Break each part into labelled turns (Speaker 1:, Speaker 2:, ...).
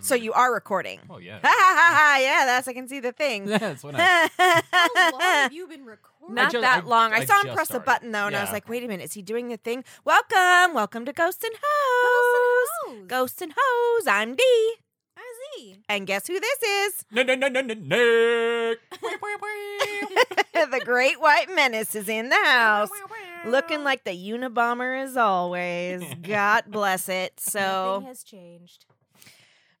Speaker 1: so you are recording.
Speaker 2: Oh yeah.
Speaker 1: Ha ha ha ha! Yeah, that's I can see the thing.
Speaker 2: That's what I.
Speaker 3: How long have you been recording?
Speaker 1: Not
Speaker 2: just-
Speaker 1: that
Speaker 2: I-
Speaker 1: long. I,
Speaker 2: I
Speaker 1: saw him
Speaker 2: just
Speaker 1: press
Speaker 2: started.
Speaker 1: a button though, and I was
Speaker 2: Yeah.
Speaker 1: like, "Wait a minute, is he doing the thing?" Welcome, welcome to Ghost and Hoes.
Speaker 3: Hose.
Speaker 1: Ghost and Hoes. I'm Dee,
Speaker 3: RZ.
Speaker 1: and guess who this is?
Speaker 2: No no no no no no.
Speaker 1: the Great White Menace is in the house, looking like the Unabomber as always. God bless it.
Speaker 3: Nothing
Speaker 1: So
Speaker 3: has changed.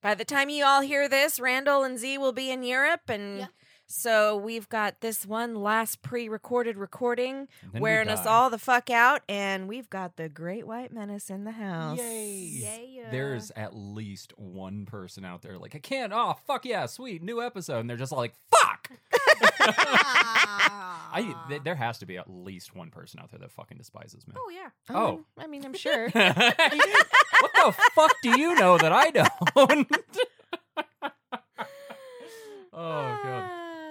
Speaker 1: by the time you all hear this, Randall and Z will be in Europe, and
Speaker 3: Yeah.
Speaker 1: so we've got this one last pre-recorded recording.
Speaker 2: Then we
Speaker 1: wearing us
Speaker 2: die.
Speaker 1: all the fuck out, and we've got the Great White Menace in the house.
Speaker 2: Yay.
Speaker 3: Yeah, yeah.
Speaker 2: There's at least one person out there like I can't. Oh fuck yeah, sweet new episode, and they're just all like fuck. I
Speaker 3: I,
Speaker 2: th- there has to be at least one person out there that fucking despises me.
Speaker 3: oh yeah.
Speaker 2: Oh.
Speaker 1: Um, I mean, I'm sure.
Speaker 2: what the fuck do you know that I don't? oh god.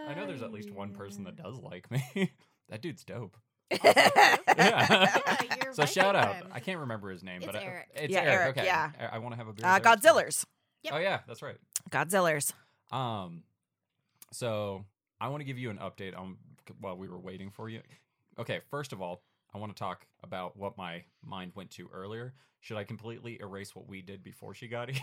Speaker 2: I know there's at least one person that does like me. that dude's dope.
Speaker 1: Uh,
Speaker 2: Yeah.
Speaker 3: Yeah, you're
Speaker 2: so
Speaker 3: right
Speaker 2: shout
Speaker 3: with
Speaker 2: out.
Speaker 3: them.
Speaker 2: I can't remember his name, but
Speaker 3: It's
Speaker 2: I-
Speaker 3: Eric.
Speaker 2: it's
Speaker 1: Yeah,
Speaker 2: Eric.
Speaker 1: Eric,
Speaker 2: Okay.
Speaker 1: yeah.
Speaker 2: I, I want to have a beer.
Speaker 1: Uh,
Speaker 2: with Eric sometime.
Speaker 1: Godzillers.
Speaker 3: Yep.
Speaker 2: Oh yeah, that's right.
Speaker 1: Godzillers.
Speaker 2: Um, so I want to give you an update on while we were waiting for you. Okay, first of all, I want to talk about what my mind went to earlier. Should I completely erase what we did before she got here?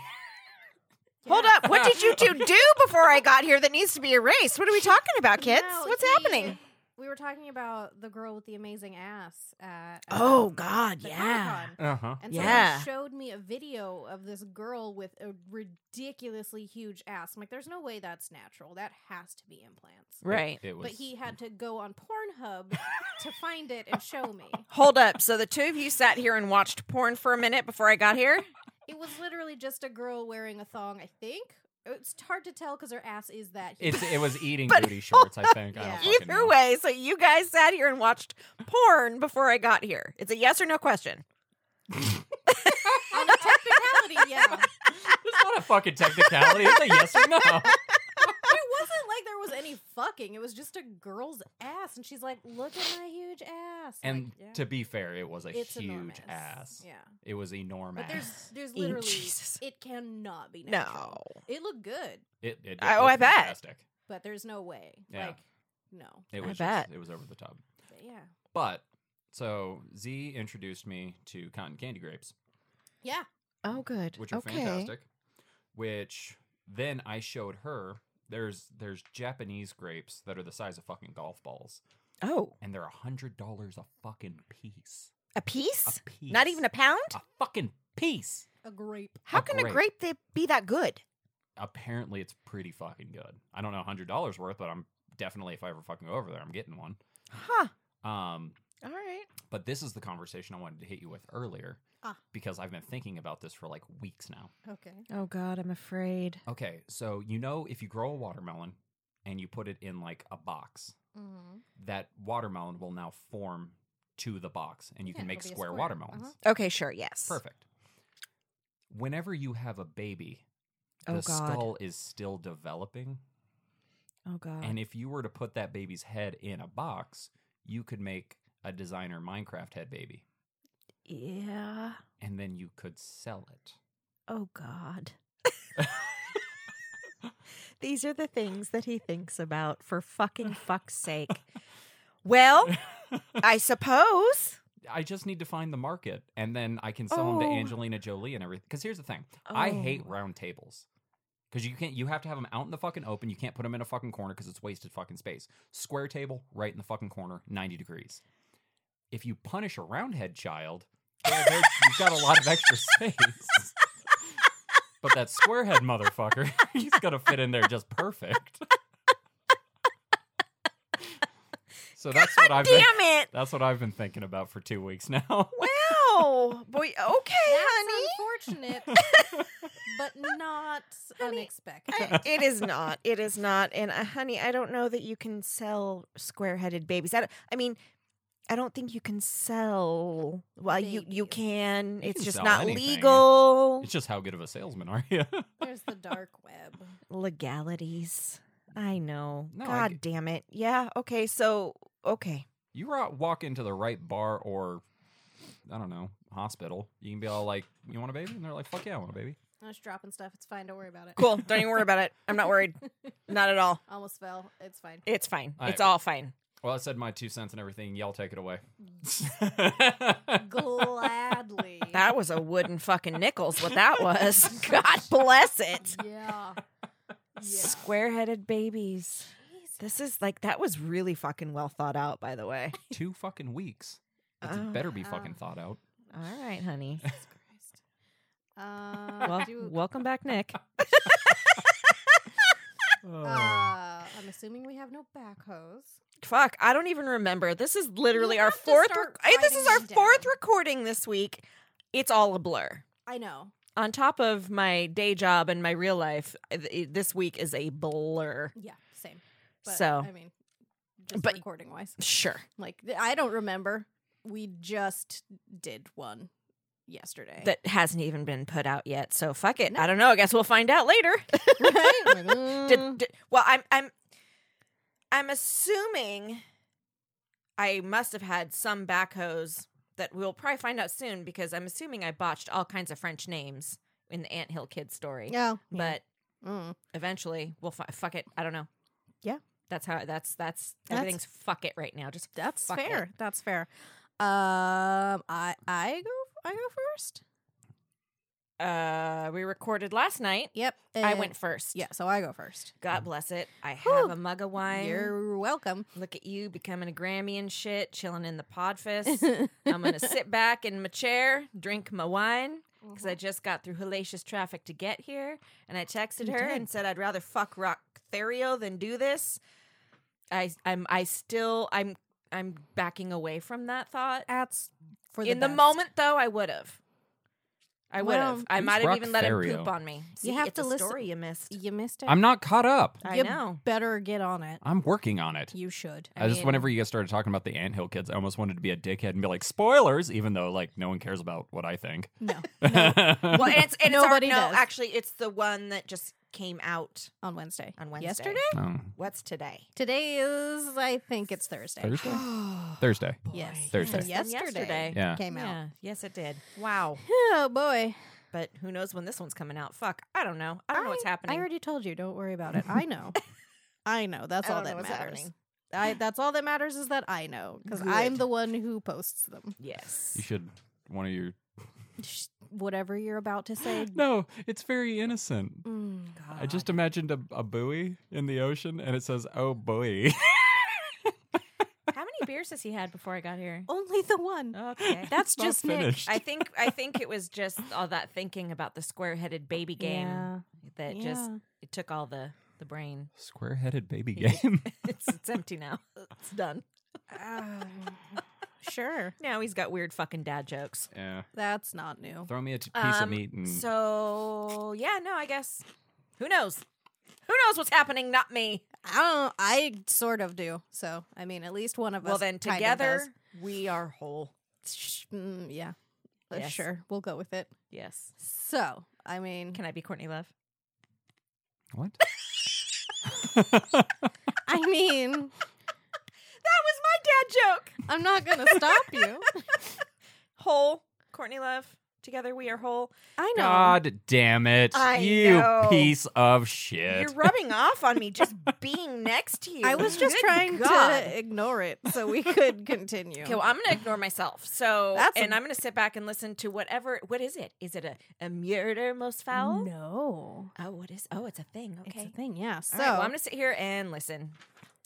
Speaker 1: Hold up. What did you two do before I got here that needs to be erased? What are we talking about, kids?
Speaker 3: No,
Speaker 1: What's
Speaker 3: we-
Speaker 1: happening?
Speaker 3: We were talking about the girl with the amazing ass. At, uh,
Speaker 1: Oh, God.
Speaker 3: the
Speaker 1: Yeah.
Speaker 3: Comic-Con.
Speaker 2: Uh huh.
Speaker 3: And someone
Speaker 1: Yeah.
Speaker 3: showed me a video of this girl with a ridiculously huge ass. I'm like, there's no way that's natural. That has to be implants.
Speaker 1: Right.
Speaker 2: It, it was.
Speaker 3: But he had to go on Pornhub to find it and show me.
Speaker 1: Hold up. So the two of you sat here and watched porn for a minute before I got here?
Speaker 3: It was literally just a girl wearing a thong, I think. It's hard to tell because her ass is that huge.
Speaker 2: It's, it was eating
Speaker 1: But-
Speaker 2: booty shorts. I think. I
Speaker 3: Yeah.
Speaker 2: don't fucking
Speaker 1: Either
Speaker 2: know.
Speaker 1: way, so you guys sat here and watched porn before I got here. It's a yes or no question.
Speaker 3: On a technicality, yeah.
Speaker 2: It's not a fucking technicality. It's a yes or no.
Speaker 3: It wasn't like there was any fucking. It was just a girl's ass, and she's like, "Look at my huge ass."
Speaker 2: And
Speaker 3: like, yeah.
Speaker 2: to be fair, it was a
Speaker 3: it's
Speaker 2: huge
Speaker 3: enormous.
Speaker 2: ass.
Speaker 3: Yeah.
Speaker 2: It was enormous.
Speaker 3: But there's there's
Speaker 1: Eat
Speaker 3: literally
Speaker 1: Jesus.
Speaker 3: it cannot be
Speaker 1: No.
Speaker 3: natural. It looked good,
Speaker 2: It, it, it
Speaker 1: I- oh,
Speaker 2: looked
Speaker 1: I bet.
Speaker 2: fantastic.
Speaker 3: but there's no way.
Speaker 2: Yeah.
Speaker 3: Like no.
Speaker 2: It
Speaker 1: I
Speaker 2: was
Speaker 1: bet.
Speaker 2: Just, it was over the top.
Speaker 3: But yeah.
Speaker 2: But so Z introduced me to cotton candy grapes,
Speaker 3: Yeah.
Speaker 1: Oh, good.
Speaker 2: which are fantastic. Which then I showed her there's there's Japanese grapes that are the size of fucking golf balls,
Speaker 1: Oh,
Speaker 2: and they're a hundred dollars a fucking piece.
Speaker 1: a piece?
Speaker 2: A piece.
Speaker 1: Not even a pound?
Speaker 2: a fucking piece.
Speaker 3: A grape.
Speaker 1: How
Speaker 2: a
Speaker 1: can a
Speaker 2: grape.
Speaker 1: grape they be that good?
Speaker 2: Apparently, it's pretty fucking good. I don't know a hundred dollars worth, but I'm definitely if I ever fucking go over there, I'm getting one.
Speaker 1: Huh.
Speaker 2: Um,
Speaker 1: All right.
Speaker 2: but this is the conversation I wanted to hit you with earlier
Speaker 3: Ah.
Speaker 2: because I've been thinking about this for like weeks now.
Speaker 3: Okay.
Speaker 1: Oh God, I'm afraid.
Speaker 2: Okay, so you know if you grow a watermelon and you put it in like a box,
Speaker 3: Mm-hmm.
Speaker 2: that watermelon will now form to the box and you
Speaker 3: Yeah,
Speaker 2: can make
Speaker 3: it'll be
Speaker 2: square,
Speaker 3: a square.
Speaker 2: watermelons.
Speaker 3: Uh-huh.
Speaker 1: Okay, sure. Yes.
Speaker 2: Perfect. Whenever you have a baby,
Speaker 1: Oh,
Speaker 2: the
Speaker 1: God.
Speaker 2: skull is still developing.
Speaker 1: Oh God.
Speaker 2: And if you were to put that baby's head in a box, you could make a designer Minecraft head baby
Speaker 1: yeah.
Speaker 2: and then you could sell it.
Speaker 1: Oh God. These are the things that he thinks about. For fucking fuck's sake. Well, I suppose.
Speaker 2: I just need to find the market and then I can sell them to
Speaker 1: Oh. Angelina
Speaker 2: Angelina Jolie and everything. Because here's the thing I hate
Speaker 1: Oh.
Speaker 2: round tables. Because you can't, you have to have them out in the fucking open. You can't put them in a fucking corner because it's wasted fucking space. Square table, right in the fucking corner, 90 degrees. If you punish a roundhead child, there- there- you've got a lot of extra space. but that squarehead motherfucker, he's going to fit in there just perfect. so that's what I've
Speaker 1: Damn
Speaker 2: been.
Speaker 1: it!
Speaker 2: That's what I've been thinking about for two weeks now.
Speaker 1: Wow, boy. Okay, honey.
Speaker 3: That's unfortunate, but not unexpected.
Speaker 1: I- it is not. It is not. And uh, honey, I don't know that you can sell square-headed babies. I, don't- I mean, I don't think you can sell. Well, you you
Speaker 3: Babies.
Speaker 1: can.
Speaker 2: You
Speaker 1: it's
Speaker 2: can
Speaker 1: just
Speaker 2: sell
Speaker 1: not
Speaker 2: anything.
Speaker 1: legal.
Speaker 2: It's just how good of a salesman are you?
Speaker 3: There's the dark web.
Speaker 1: Legalities. I know.
Speaker 2: No, I
Speaker 1: God
Speaker 2: get-
Speaker 1: damn it. Yeah. Okay. So okay.
Speaker 2: you ra- walk into the right bar or I don't know hospital, you can be all like, "You want a baby?" And they're like, "Fuck yeah, I want a baby."
Speaker 3: I was dropping stuff. It's fine. Don't worry about it.
Speaker 1: Cool. Don't even worry about it. I'm not worried. Not at all.
Speaker 3: Almost fell. It's fine.
Speaker 1: It's fine.
Speaker 2: All
Speaker 1: it's
Speaker 2: right.
Speaker 1: all fine.
Speaker 2: Well, I said my two cents and everything. Y'all take it away.
Speaker 3: Gladly.
Speaker 1: That was a wooden fucking nickels. What that was. God bless it.
Speaker 3: yeah. Yeah.
Speaker 1: Square-headed babies.
Speaker 3: Jeez.
Speaker 1: This is like that was really fucking well thought out. By the way.
Speaker 2: two fucking weeks. It's
Speaker 1: Oh.
Speaker 2: better be
Speaker 3: Oh.
Speaker 2: fucking thought out.
Speaker 1: All right, honey.
Speaker 3: Jesus Christ. Uh,
Speaker 1: Well,
Speaker 3: do-
Speaker 1: welcome back, Nick.
Speaker 3: uh, I'm assuming we have no backhoes.
Speaker 1: Fuck, I don't even remember. This is literally our
Speaker 3: have to
Speaker 1: fourth.
Speaker 3: start
Speaker 1: Rec- I- this is
Speaker 3: writing
Speaker 1: our
Speaker 3: them
Speaker 1: fourth
Speaker 3: down.
Speaker 1: recording this week. It's all a blur.
Speaker 3: I know.
Speaker 1: On top of my day job and my real life, eh, th- this week is a blur.
Speaker 3: Yeah, same. But,
Speaker 1: So-
Speaker 3: I mean, just
Speaker 1: But-
Speaker 3: recording wise,
Speaker 1: Sure.
Speaker 3: like th- I don't remember. We just did one yesterday.
Speaker 1: That hasn't even been put out yet. So fuck it.
Speaker 3: No.
Speaker 1: I don't know. I guess we'll find out later.
Speaker 3: right? Like, mm.
Speaker 1: Did, did- well, I'm I'm I'm assuming I must have had some backhoes that we'll probably find out soon because I'm assuming I botched all kinds of French names in the Ant Hill Kid story.
Speaker 3: Yeah.
Speaker 1: But
Speaker 3: Mm.
Speaker 1: eventually we'll fi- fuck it. I don't know.
Speaker 3: Yeah.
Speaker 1: That's how that's that's,
Speaker 3: That's-
Speaker 1: everything's fuck it right now. Just
Speaker 3: That's
Speaker 1: fuck
Speaker 3: fair.
Speaker 1: It.
Speaker 3: That's fair. Um, I I go I go first.
Speaker 1: Uh we recorded last night.
Speaker 3: Yep,
Speaker 1: I
Speaker 3: and-
Speaker 1: went first.
Speaker 3: Eh, Yeah, so I go first.
Speaker 1: God bless it. I have
Speaker 3: Whew.
Speaker 1: a mug of wine.
Speaker 3: You're welcome.
Speaker 1: Look at you becoming a Grammy and shit, chilling in the podfest. I'm gonna sit back in my chair, drink my wine because
Speaker 3: Uh-huh.
Speaker 1: I just got through hellacious traffic to get here. And I texted
Speaker 3: You
Speaker 1: her
Speaker 3: did.
Speaker 1: and said I'd rather fuck Rock Therio than do this. I I'm I still I'm I'm backing away from that thought.
Speaker 3: That's for
Speaker 1: in the
Speaker 3: best.
Speaker 1: moment though, I would have. I would
Speaker 3: Well-
Speaker 1: have. I
Speaker 2: Who's
Speaker 1: might have
Speaker 2: Rock
Speaker 1: even let him
Speaker 2: Therio?
Speaker 1: poop on me. See,
Speaker 3: have
Speaker 1: it's
Speaker 3: to
Speaker 1: a
Speaker 3: listen-
Speaker 1: story you missed.
Speaker 3: You missed it.
Speaker 2: I'm not caught up.
Speaker 1: I
Speaker 3: You
Speaker 1: know.
Speaker 3: Better get on it.
Speaker 2: I'm working on it.
Speaker 3: You should.
Speaker 2: I, just
Speaker 1: mean-
Speaker 2: whenever you guys started talking about the anthill kids, I almost wanted to be a dickhead and be like, spoilers, even though like no one cares about what I think.
Speaker 3: No.
Speaker 1: Well, and it's, and it's our,
Speaker 3: Nobody
Speaker 1: no,
Speaker 3: does.
Speaker 1: actually, it's the one that just came out
Speaker 3: on Wednesday.
Speaker 1: on Wednesday.
Speaker 3: Yesterday?
Speaker 2: Um,
Speaker 1: What's today?
Speaker 3: Today is, I think it's Thursday.
Speaker 2: Thursday?
Speaker 1: yes.
Speaker 2: Thursday.
Speaker 3: Yes.
Speaker 2: Thursday.
Speaker 1: Yes.
Speaker 3: Yesterday.
Speaker 2: Yeah.
Speaker 3: Came out.
Speaker 1: Yes, it did. Wow.
Speaker 3: Oh, boy.
Speaker 1: But who knows when this one's coming out? Fuck. I don't know. I don't know what's happening.
Speaker 3: I already told you. Don't worry about it. I know. I know. That's
Speaker 1: I
Speaker 3: all
Speaker 1: don't know what's
Speaker 3: that matters.
Speaker 1: happening.
Speaker 3: I, that's all that matters is that I know because I'm
Speaker 1: Good.
Speaker 3: the one who posts them.
Speaker 1: Yes.
Speaker 2: You should one of your
Speaker 3: Sh- Whatever you're about to say.
Speaker 2: No, it's very innocent.
Speaker 3: Mm.
Speaker 2: I
Speaker 1: Ah.
Speaker 2: just imagined a, a buoy in the ocean and it says, Oh buoy.
Speaker 1: How many beers has he had before I got here?
Speaker 3: Only the one.
Speaker 1: Okay.
Speaker 3: That's
Speaker 2: Not
Speaker 3: just
Speaker 2: finished.
Speaker 1: I think I think it was just all that thinking about the square-headed baby
Speaker 3: Nick.
Speaker 1: game
Speaker 3: Yeah.
Speaker 1: that just
Speaker 3: Yeah.
Speaker 1: it took all the the brain.
Speaker 2: Square headed baby
Speaker 1: Yeah.
Speaker 2: game.
Speaker 1: It's, it's empty now. It's done.
Speaker 3: Um, sure.
Speaker 1: Now he's got weird fucking dad jokes.
Speaker 2: yeah.
Speaker 3: That's not new.
Speaker 2: Throw me a t- piece of
Speaker 1: Um,
Speaker 2: meat and
Speaker 1: So yeah, no, I guess. Who knows? Who knows what's happening? Not me.
Speaker 3: I don't. I sort of do. So I mean, at least one of us.
Speaker 1: Well, then
Speaker 3: kind of
Speaker 1: together we are whole.
Speaker 3: does. Sh- mm, yeah, Uh,
Speaker 1: Yes.
Speaker 3: sure. We'll go with it.
Speaker 1: Yes.
Speaker 3: So I mean,
Speaker 1: Can I be Courtney Love?
Speaker 2: what?
Speaker 3: I mean,
Speaker 1: That was my dad joke.
Speaker 3: I'm not gonna stop you.
Speaker 1: Whole Courtney Love. Together we are whole.
Speaker 3: I know.
Speaker 2: God damn it.
Speaker 1: I
Speaker 2: you
Speaker 1: know.
Speaker 2: piece of shit.
Speaker 1: You're rubbing off on me just being next to you.
Speaker 3: I was just
Speaker 1: Good
Speaker 3: trying
Speaker 1: God.
Speaker 3: to ignore it so we could continue.
Speaker 1: Okay, well, I'm gonna ignore myself. So,
Speaker 3: That's a-
Speaker 1: and i am I'm gonna sit back and listen to whatever. What is it? Is it a a murder most foul?
Speaker 3: no,
Speaker 1: Oh, what is? Oh, it's a thing. Okay.
Speaker 3: it's a thing. Yeah.
Speaker 1: All
Speaker 3: So
Speaker 1: right, well, I'm gonna sit here and listen.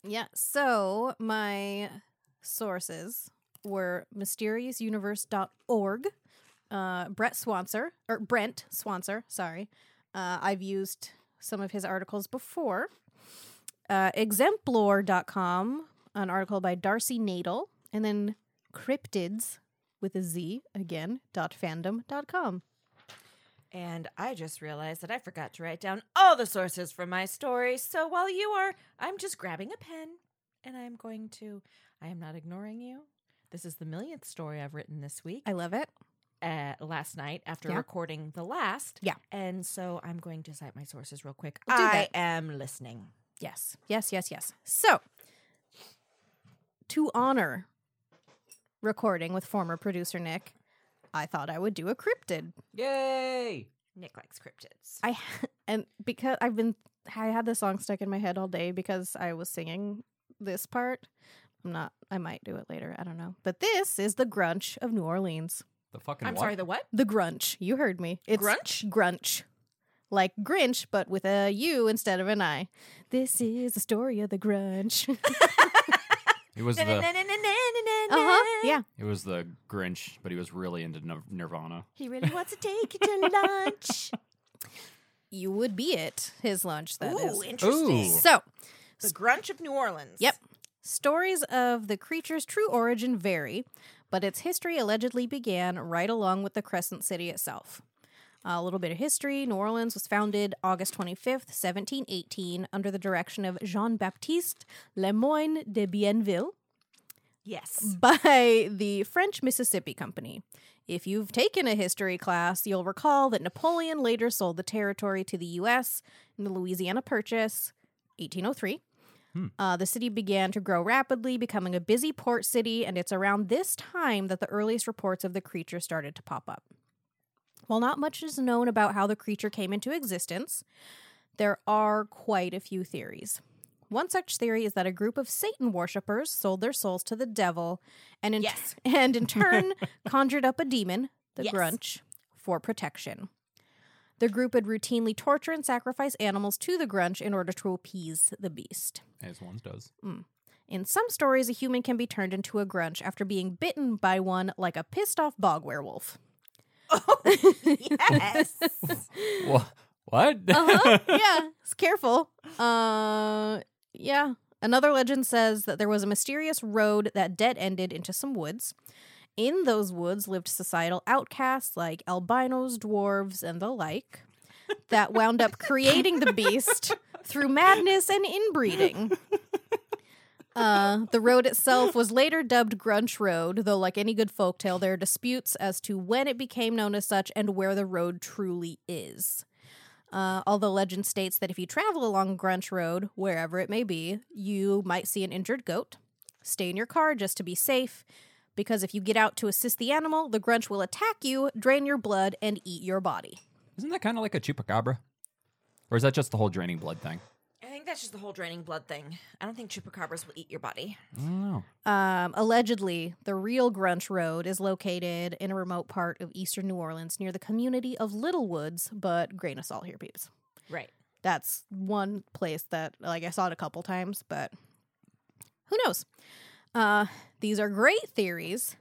Speaker 3: yeah. So my sources were mysteriousuniverse.org, uh, Brett Swanser or Brent Swanser. Sorry, uh, I've used some of his articles before. Uh, exemplore.com, an article by Darcy Nadel, and then cryptids with a Z again dot fandom dot com.
Speaker 1: And I just realized that I forgot to write down all the sources for my story. So while you are, I'm just grabbing a pen and I'm going to, I am not ignoring you. This is the millionth story I've written this week,
Speaker 3: I love it.
Speaker 1: uh, last night after
Speaker 3: Yeah.
Speaker 1: recording the last.
Speaker 3: Yeah.
Speaker 1: And so I'm going to cite my sources real quick.
Speaker 3: Well, do
Speaker 1: I
Speaker 3: that.
Speaker 1: am listening.
Speaker 3: Yes, yes, yes, yes. So, to honor recording with former producer Nick, I thought I would do a cryptid.
Speaker 2: Yay.
Speaker 1: Nick likes cryptids.
Speaker 3: I and because I've been I had this song stuck in my head all day because I was singing this part. I'm not. I might do it later. I don't know. But this is the grunge of New Orleans.
Speaker 2: The fucking
Speaker 1: I'm
Speaker 2: what?
Speaker 1: sorry, the what?
Speaker 3: The grunge. You heard me. It's
Speaker 1: Grunch?
Speaker 3: Grunge. Like Grinch, but with a U instead of an I. This is the story of the grunge. uh
Speaker 2: it was the
Speaker 3: huh. Uh-huh. Yeah.
Speaker 2: it was the Grinch, but he was really into Nir- Nirvana.
Speaker 1: He really wants to take you to lunch.
Speaker 3: You would be it. His lunch, That is.
Speaker 1: Ooh, interesting.
Speaker 2: Ooh.
Speaker 3: So,
Speaker 1: The grunge of New Orleans.
Speaker 3: Yep. Stories of the creature's true origin vary, but its history allegedly began right along with the Crescent City itself. A little bit of history New Orleans was founded August 25th, 1718, under the direction of Jean Baptiste Le Moyne de Bienville
Speaker 1: Yes.
Speaker 3: by the French Mississippi Company. If you've taken a history class, you'll recall that Napoleon later sold the territory to the U.S. in the Louisiana Purchase, 1803.
Speaker 2: Hmm.
Speaker 3: Uh, the city began to grow rapidly, becoming a busy port city, and it's around this time that the earliest reports of the creature started to pop up. While not much is known about how the creature came into existence, there are quite a few theories. One such theory is that a group of Satan worshippers sold their souls to the devil and in,
Speaker 1: Yes.
Speaker 3: and in turn conjured up a demon, the
Speaker 1: Yes.
Speaker 3: Grunch, for protection. The group would routinely torture and sacrifice animals to the Grunch in order to appease the beast.
Speaker 2: As one does.
Speaker 3: In some stories, a human can be turned into a Grunch after being bitten by one like a pissed off bog werewolf.
Speaker 1: Oh, yes.
Speaker 2: Wha- what?
Speaker 3: uh-huh. yeah, it's careful. Uh, yeah. Another legend says that there was a mysterious road that dead ended into some woods. In those woods lived societal outcasts like albinos, dwarves, and the like that wound up creating the beast through madness and inbreeding. Uh, the road itself was later dubbed Grunch Road, though, like any good folktale, there are disputes as to when it became known as such and where the road truly is. Uh, although legend states that if you travel along Grunch Road, wherever it may be, you might see an injured goat. Stay in your car just to be safe, because if you get out to assist the animal, the Grunch will attack you, drain your blood, and eat your body.
Speaker 2: Isn't that kind of like a chupacabra? Or is that just the whole draining blood thing?
Speaker 1: I think that's just the whole draining blood thing. I don't think chupacabras will eat your body.
Speaker 2: I don't know.
Speaker 3: Um, allegedly, the real Grunch Road is located in a remote part of eastern New Orleans near the community of Little Woods, but grain of salt here, peeps.
Speaker 1: Right.
Speaker 3: that's one place that like I saw it a couple times, but who knows? Uh, these are great theories,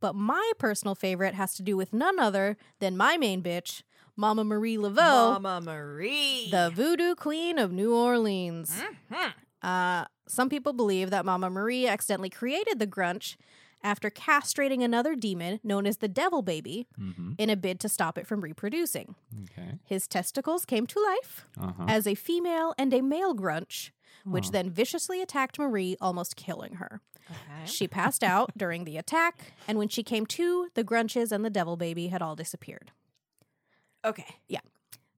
Speaker 3: but my personal favorite has to do with none other than my main bitch, Mama Marie Laveau,
Speaker 1: Mama Marie.
Speaker 3: the voodoo queen of New Orleans.
Speaker 1: Mhm.
Speaker 3: Uh, some people believe that Mama Marie accidentally created the Grunch after castrating another demon known as the Devil Baby
Speaker 2: Mm-hmm.
Speaker 3: in a bid to stop it from reproducing.
Speaker 2: Okay.
Speaker 3: His testicles came to life
Speaker 2: Uh-huh.
Speaker 3: as a female and a male grunch, which
Speaker 2: Huh.
Speaker 3: then viciously attacked Marie, almost killing her.
Speaker 1: Okay.
Speaker 3: She passed out during the attack, and when she came to, the grunches and the devil baby had all disappeared.
Speaker 1: Okay.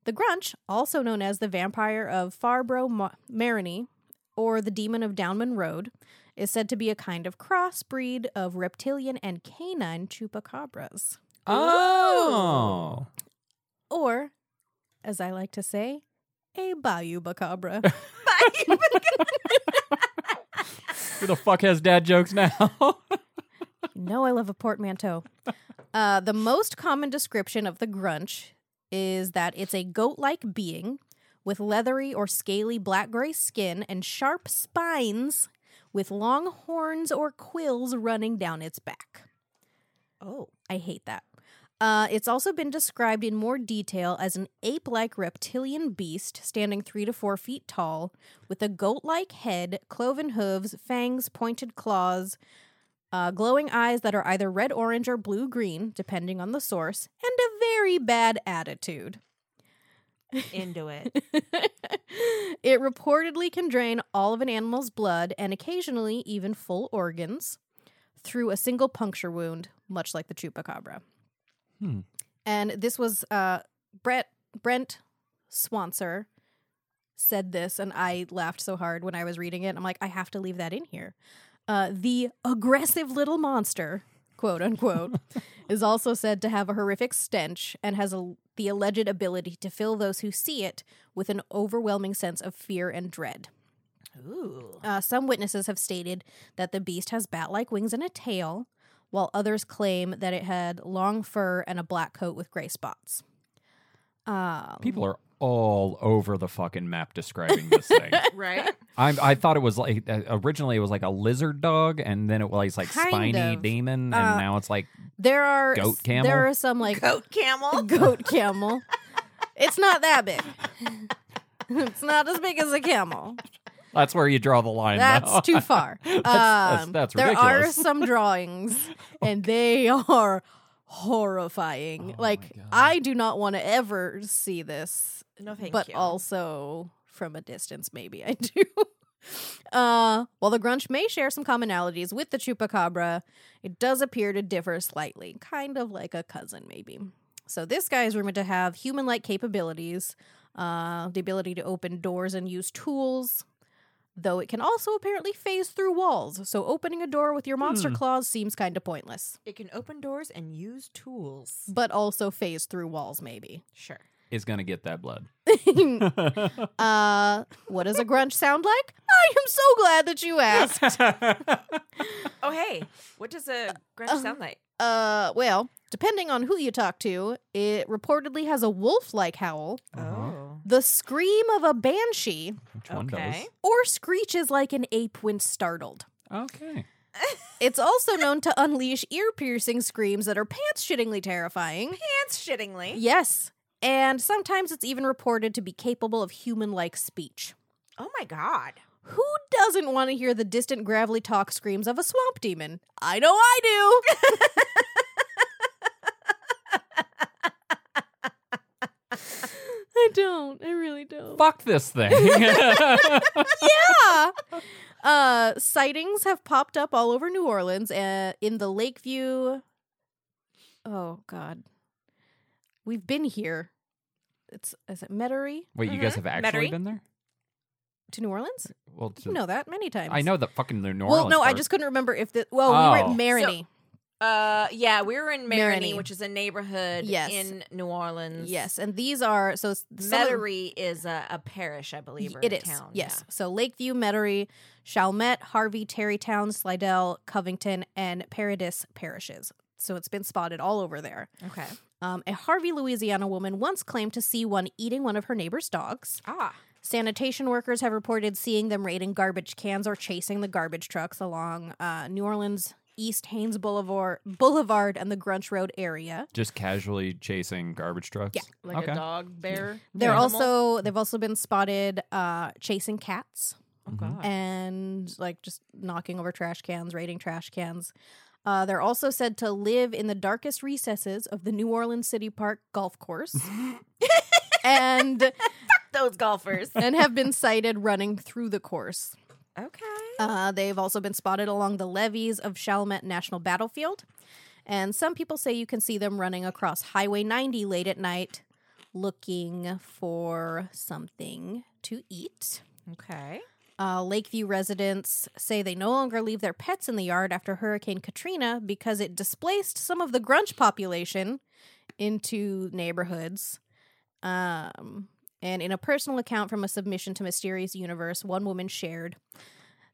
Speaker 3: The grunch, also known as the vampire of Farbro Ma- Marigny or the demon of Downman Road, is said to be a kind of crossbreed of reptilian and canine chupacabras.
Speaker 2: Oh.
Speaker 3: Or, as I like to say, a bayou bacabra.
Speaker 1: Bye.
Speaker 2: Who the fuck has dad jokes
Speaker 3: Um,
Speaker 2: now?
Speaker 3: You know I love a portmanteau. Uh, the most common description of the grunch is that it's a goat like being with leathery or scaly black gray skin and sharp spines with long horns or quills running down its back.
Speaker 1: oh.
Speaker 3: I hate that. Uh, it's also been described in more detail as an ape like reptilian beast standing three to four feet tall, with a goat like head, cloven hooves, fangs, pointed claws, uh, glowing eyes that are either red orange or blue green, depending on the source, and a very bad attitude.
Speaker 1: Into it.
Speaker 3: it reportedly can drain all of an animal's blood and occasionally even full organs through a single puncture wound, much like the chupacabra.
Speaker 2: Hmm.
Speaker 3: And this was uh, Brett Brent Swanser said this, and I laughed so hard when I was reading it. I'm like, I have to leave that in here. Uh, the aggressive little monster, quote unquote, is also said to have a horrific stench and has a the alleged ability to fill those who see it with an overwhelming sense of fear and dread.
Speaker 1: Ooh.
Speaker 3: Uh, some witnesses have stated that the beast has bat like wings and a tail, while others claim that it had long fur and a black coat with gray spots. Um,
Speaker 2: People are all over the fucking map describing this thing.
Speaker 1: Right?
Speaker 2: I, I thought it was like uh, originally it was like a lizard dog, and then it was like
Speaker 3: Kind
Speaker 2: spiny
Speaker 3: of.
Speaker 2: demon, and
Speaker 3: Uh,
Speaker 2: now it's like
Speaker 3: there are
Speaker 2: Goat camel?
Speaker 3: there are some like
Speaker 1: Goat Oh, camel.
Speaker 3: goat camel. it's not that big. it's not as big as a camel.
Speaker 2: that's where you draw the line. now.
Speaker 3: That's too far.
Speaker 2: that's-
Speaker 3: Um,
Speaker 2: that's
Speaker 3: there are
Speaker 2: ridiculous.
Speaker 3: some drawings, and they are horrifying.
Speaker 2: Oh my
Speaker 3: like
Speaker 2: God.
Speaker 3: I do not want to ever see this,
Speaker 1: No, thank
Speaker 3: but
Speaker 1: you.
Speaker 3: also from a distance, maybe I do. Uh, while the Grunch may share some commonalities with the Chupacabra, it does appear to differ slightly, kind of like a cousin, maybe. So this guy is rumored to have human-like capabilities, uh, the ability to open doors and use tools. Though it can also apparently phase through walls, so opening a door with your monster
Speaker 2: Hmm.
Speaker 3: claws seems kind of pointless.
Speaker 1: it can open doors and use tools.
Speaker 3: But also phase through walls, maybe.
Speaker 1: Sure.
Speaker 2: is gonna get that blood.
Speaker 3: uh, what does a grunge sound like? I am so glad that you asked.
Speaker 1: Oh, hey. What does a grunge
Speaker 3: Uh,
Speaker 1: sound like?
Speaker 3: Uh, well, depending on who you talk to, it reportedly has a wolf-like howl,
Speaker 1: Oh.
Speaker 3: the scream of a banshee,
Speaker 2: Which one
Speaker 1: Okay.
Speaker 3: or screeches like an ape when startled.
Speaker 2: does? Okay.
Speaker 3: It's also known to unleash ear-piercing screams that are pants-shittingly terrifying.
Speaker 1: Pants shittingly.
Speaker 3: Yes, and sometimes it's even reported to be capable of human-like speech.
Speaker 1: Oh, my God.
Speaker 3: Who doesn't want to hear the distant gravelly talk screams of a swamp demon? I know I do. I don't. I really don't.
Speaker 2: Fuck this thing.
Speaker 3: Yeah. Uh, sightings have popped up all over New Orleans uh, in the Lakeview. Oh God, we've been here. It's is it Metairie
Speaker 2: Wait, you guys
Speaker 1: Mhm.
Speaker 3: Mm-hmm.
Speaker 2: have actually
Speaker 1: Metairie?
Speaker 2: been there?
Speaker 3: to New Orleans?
Speaker 2: Well, to-
Speaker 3: You know that many times.
Speaker 2: I know the fucking New Orleans.
Speaker 3: Well, no, I
Speaker 2: part.
Speaker 3: just couldn't remember if the. Well, we were
Speaker 2: Oh.
Speaker 3: at Marigny.
Speaker 1: Uh, yeah, we were in Marigny,
Speaker 3: Marigny.
Speaker 1: which is a neighborhood
Speaker 3: Yes.
Speaker 1: in New Orleans.
Speaker 3: Yes, and these are so s- some of-
Speaker 1: Metairie is a, a parish, I believe, or
Speaker 3: It
Speaker 1: a
Speaker 3: is
Speaker 1: town.
Speaker 3: yes. So Lakeview, Metairie, Chalmette, Harvey, Tarrytown, Slidell, Covington, and Paradis parishes. So it's been spotted all over there.
Speaker 1: Yeah. Okay.
Speaker 3: Um, a Harvey, Louisiana woman once claimed to see one eating one of her neighbor's dogs.
Speaker 1: Ah.
Speaker 3: Sanitation workers have reported seeing them raiding garbage cans or chasing the garbage trucks along uh, New Orleans East Haines Boulevard, Boulevard, and the Grunch Road area.
Speaker 2: just casually chasing garbage trucks.
Speaker 3: Yeah.
Speaker 1: Like
Speaker 2: Okay.
Speaker 1: a dog bear.
Speaker 3: They're
Speaker 1: animal?
Speaker 3: also they've also been spotted uh chasing cats
Speaker 1: Oh,
Speaker 2: Mhm.
Speaker 1: God.
Speaker 3: and like just knocking over trash cans, raiding trash cans. Uh, they're also said to live in the darkest recesses of the New Orleans City Park golf course, and
Speaker 1: Those golfers.
Speaker 3: and have been sighted running through the course.
Speaker 1: okay.
Speaker 3: Uh, they've also been spotted along the levees of Chalmette National Battlefield, and some people say you can see them running across Highway 90 late at night, looking for something to eat.
Speaker 1: Okay.
Speaker 3: Uh, Lakeview residents say they no longer leave their pets in the yard after Hurricane Katrina because it displaced some of the grunge population into neighborhoods. Um, and in a personal account from a submission to Mysterious Universe, one woman shared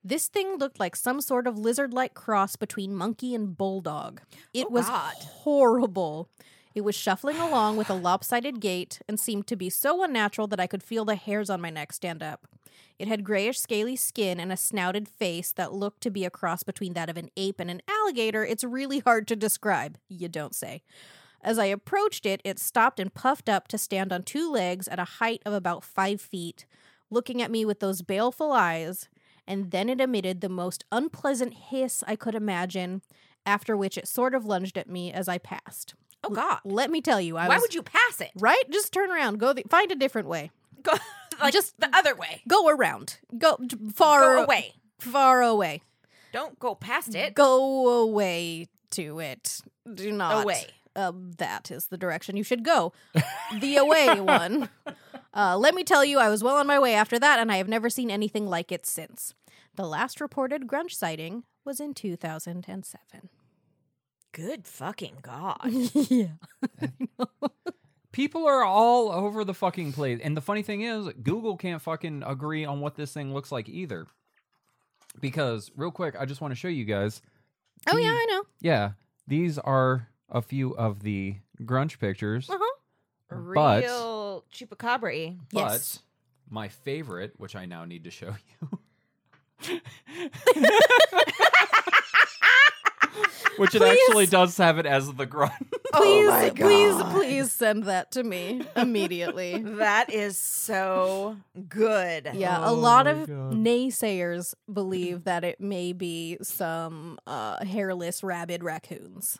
Speaker 3: this thing looked like some sort of lizard like cross between monkey and bulldog. It
Speaker 1: Oh,
Speaker 3: was
Speaker 1: God.
Speaker 3: horrible. It was shuffling along with a lopsided gait and seemed to be so unnatural that I could feel the hairs on my neck stand up. It had grayish, scaly skin and a snouted face that looked to be a cross between that of an ape and an alligator. It's really hard to describe, you don't say. As I approached it, it stopped and puffed up to stand on two legs at a height of about five feet, looking at me with those baleful eyes, and then it emitted the most unpleasant hiss I could imagine, after which it sort of lunged at me as I passed.
Speaker 1: Oh, God.
Speaker 3: Let me tell you, I
Speaker 1: Why
Speaker 3: was
Speaker 1: would you pass it?
Speaker 3: right. Just turn around, go the, find a different way,
Speaker 1: Go, like
Speaker 3: Just-
Speaker 1: just the other way.
Speaker 3: go around, go d- far
Speaker 1: Go away.
Speaker 3: far away,
Speaker 1: Don't go past it.
Speaker 3: go away to it. Do not
Speaker 1: Away.
Speaker 3: um, that is the direction you should go. The away one. Uh, let me tell you, I was well on my way after that, and I have never seen anything like it since. The last reported grunge sighting was in 2007.
Speaker 1: Good fucking God.
Speaker 3: yeah.
Speaker 2: People are all over the fucking place. And the funny thing is, Google can't fucking agree on what this thing looks like either. Because, real quick, I just want to show you guys.
Speaker 3: Oh yeah,
Speaker 2: The-
Speaker 3: I know.
Speaker 2: Yeah, these are a few of the grunge pictures.
Speaker 3: Uh huh.
Speaker 2: But-
Speaker 1: Real chupacabra
Speaker 2: But
Speaker 3: Yes.
Speaker 2: my favorite, which I now need to show you, which it actually does have it as the grunge.
Speaker 3: Please,
Speaker 2: oh
Speaker 1: my
Speaker 3: please,
Speaker 1: God.
Speaker 3: please send that to me immediately.
Speaker 1: That is so good.
Speaker 3: Yeah, a
Speaker 2: Oh
Speaker 3: lot
Speaker 2: my
Speaker 3: of
Speaker 2: God.
Speaker 3: naysayers believe that it may be some uh, hairless rabid raccoons.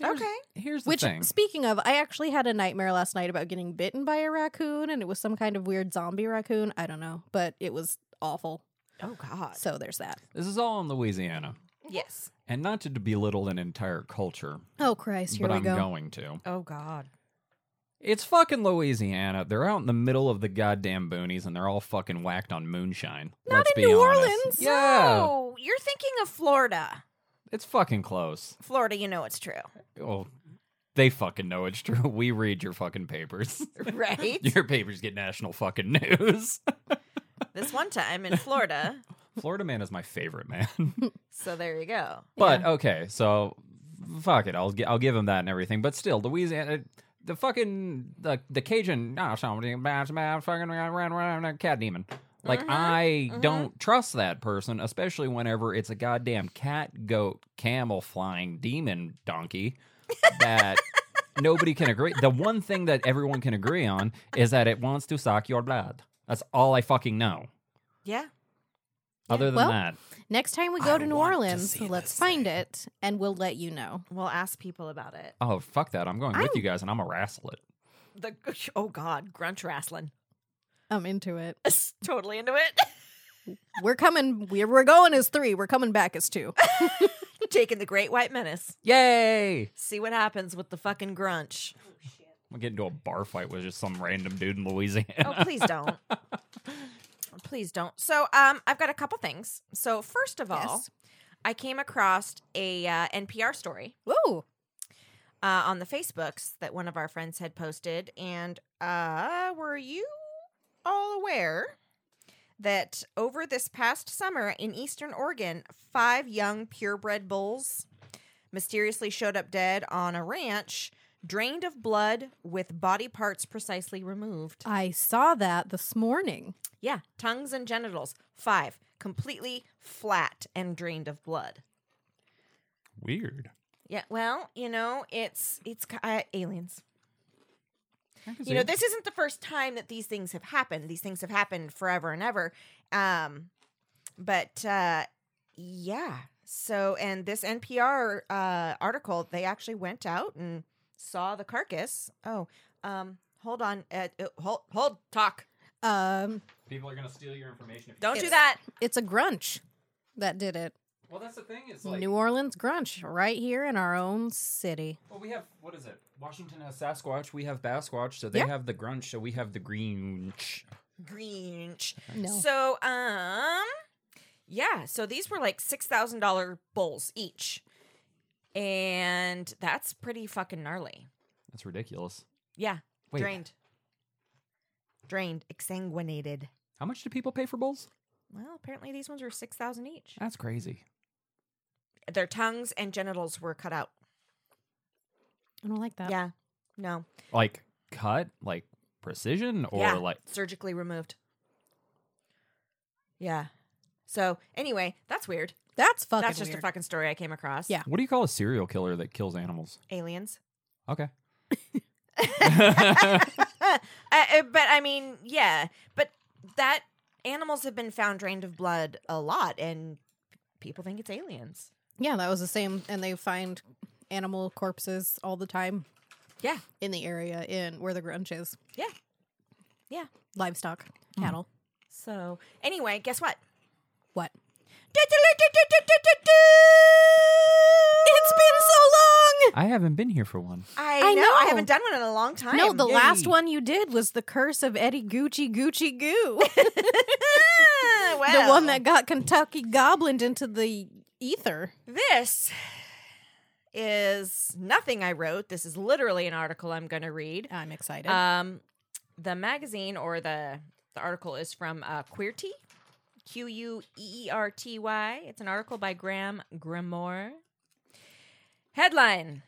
Speaker 2: Here's-
Speaker 1: Okay.
Speaker 2: Here's the
Speaker 3: Which,
Speaker 2: thing.
Speaker 3: speaking of, I actually had a nightmare last night about getting bitten by a raccoon, and it was some kind of weird zombie raccoon. I don't know, but it was awful.
Speaker 1: Oh God.
Speaker 3: So there's that.
Speaker 2: This is all in Louisiana.
Speaker 1: Yes.
Speaker 2: And not to belittle an entire culture,
Speaker 3: Oh Christ! Here
Speaker 2: but
Speaker 3: we
Speaker 2: I'm
Speaker 3: go.
Speaker 2: going to.
Speaker 1: Oh God.
Speaker 2: It's fucking Louisiana. They're out in the middle of the goddamn boonies and they're all fucking whacked on moonshine.
Speaker 3: Not
Speaker 2: let's
Speaker 3: in
Speaker 2: be
Speaker 3: New
Speaker 2: honest.
Speaker 3: Orleans.
Speaker 2: Yeah.
Speaker 1: Oh, you're thinking of Florida.
Speaker 2: It's fucking close.
Speaker 1: Florida, you know it's true,
Speaker 2: Well, they fucking know it's true. We read your fucking papers.
Speaker 1: right?
Speaker 2: Your papers get national fucking news.
Speaker 1: this one time in Florida.
Speaker 2: Florida man is my favorite man.
Speaker 1: So there you go.
Speaker 2: But okay, so fuck it. I'll gi- I'll give him that and everything. But still, Louisiana, the fucking the the Cajun, no, something bad, bad, fucking rah, rah, rah, rah, cat demon. Like
Speaker 1: Mhm,
Speaker 2: I
Speaker 1: mhm.
Speaker 2: don't trust that person, especially whenever it's a goddamn cat, goat, camel, flying demon, donkey that. Nobody can agree. The one thing that everyone can agree on is that it wants to suck your blood. That's all I fucking know.
Speaker 1: Yeah.
Speaker 2: Other than
Speaker 3: well,
Speaker 2: that,
Speaker 3: Next time we go
Speaker 2: I
Speaker 3: to New
Speaker 2: want to
Speaker 3: Orleans,
Speaker 2: see
Speaker 3: let's
Speaker 2: this
Speaker 3: find it, and we'll let you know.
Speaker 1: We'll ask people about it.
Speaker 2: oh fuck that! I'm going with
Speaker 3: I'm-
Speaker 2: you guys, and I'm a wrestle it.
Speaker 1: The oh God, grunch wrestling.
Speaker 3: I'm into it.
Speaker 1: totally into it.
Speaker 3: We're coming. We're, we're going as three. We're coming back as two.
Speaker 1: Taking the Great White Menace.
Speaker 2: Yay!
Speaker 1: See what happens with the fucking grunch.
Speaker 2: I'm getting into a bar fight with just some random dude in
Speaker 1: Oh,
Speaker 2: Louisiana.
Speaker 1: please don't. please don't. So, um, I've got a couple things. So, first of all,
Speaker 3: Yes.
Speaker 1: I came across a uh, NPR story
Speaker 3: Woo!
Speaker 1: uh, on the Facebooks that one of our friends had posted, and uh, were you all aware that over this past summer in Eastern Oregon, five young purebred bulls mysteriously showed up dead on a ranch, drained of blood with body parts precisely removed.
Speaker 3: I saw that this morning.
Speaker 1: Yeah, tongues and genitals. Five, completely flat and drained of blood.
Speaker 2: Weird.
Speaker 1: Yeah, well, you know, it's it's ki- uh, aliens.
Speaker 2: I can see
Speaker 1: You know,
Speaker 2: it.
Speaker 1: this isn't the first time that these things have happened. These things have happened forever and ever. Um, but uh, yeah, so and this NPR uh, article, they actually went out and saw the carcass. Oh, um, hold on, uh, uh, hold, hold, talk.
Speaker 3: Um,
Speaker 2: people are gonna steal your information. If
Speaker 1: Don't do
Speaker 3: It's-
Speaker 1: that.
Speaker 3: it's a grunch that did it.
Speaker 2: Well, that's the thing. It's
Speaker 3: New Orleans grunch, right here in our own city.
Speaker 2: well, we have what is it? Washington has Sasquatch. We have Basquatch. So they
Speaker 3: Yeah.
Speaker 2: have the Grunch. So we have the Greench.
Speaker 1: Grinch.
Speaker 3: No.
Speaker 1: So, um, yeah. So these were like six thousand dollar bowls each, and that's pretty fucking gnarly.
Speaker 2: That's ridiculous.
Speaker 1: Yeah,
Speaker 2: Wait,
Speaker 1: drained, drained, exsanguinated.
Speaker 2: how much do people pay for bulls?
Speaker 1: Well, apparently these ones were six thousand each.
Speaker 3: Oh.
Speaker 2: That's crazy.
Speaker 1: Their tongues and genitals were cut out.
Speaker 3: I don't like that.
Speaker 1: Yeah, no,
Speaker 2: Like cut, like precision, or
Speaker 1: Yeah.
Speaker 2: like
Speaker 1: surgically removed. Yeah. So anyway, that's weird.
Speaker 3: That's fucking
Speaker 1: that's just a
Speaker 3: weird.
Speaker 1: fucking story I came across.
Speaker 3: Yeah.
Speaker 2: what do you call a serial killer that kills animals?
Speaker 1: aliens.
Speaker 2: Okay.
Speaker 1: uh, uh, but I mean, yeah, but that animals have been found drained of blood a lot, and people think it's aliens.
Speaker 3: yeah, that was the same. And they find animal corpses all the time
Speaker 1: Yeah,
Speaker 3: in the area in where the grunge is.
Speaker 1: Yeah. Yeah.
Speaker 3: Livestock, cattle.
Speaker 1: so anyway, guess what?
Speaker 3: What?
Speaker 1: It's been so long.
Speaker 2: I haven't been here for one.
Speaker 1: I,
Speaker 3: I
Speaker 1: know, I
Speaker 3: know.
Speaker 1: haven't done one in a long time. Uh,
Speaker 3: No, the
Speaker 2: Yay.
Speaker 3: last one you did was the curse of Eddie Gucci Gucci Goo.
Speaker 1: well,
Speaker 3: the one that got Kentucky goblined into the ether.
Speaker 1: this is nothing I wrote. This is literally an article I'm going to read.
Speaker 3: I'm excited.
Speaker 1: Um, the magazine or the the article is from uh, Queerty, Q U E E R T Y. It's an article by Graham Grimoire. Headline: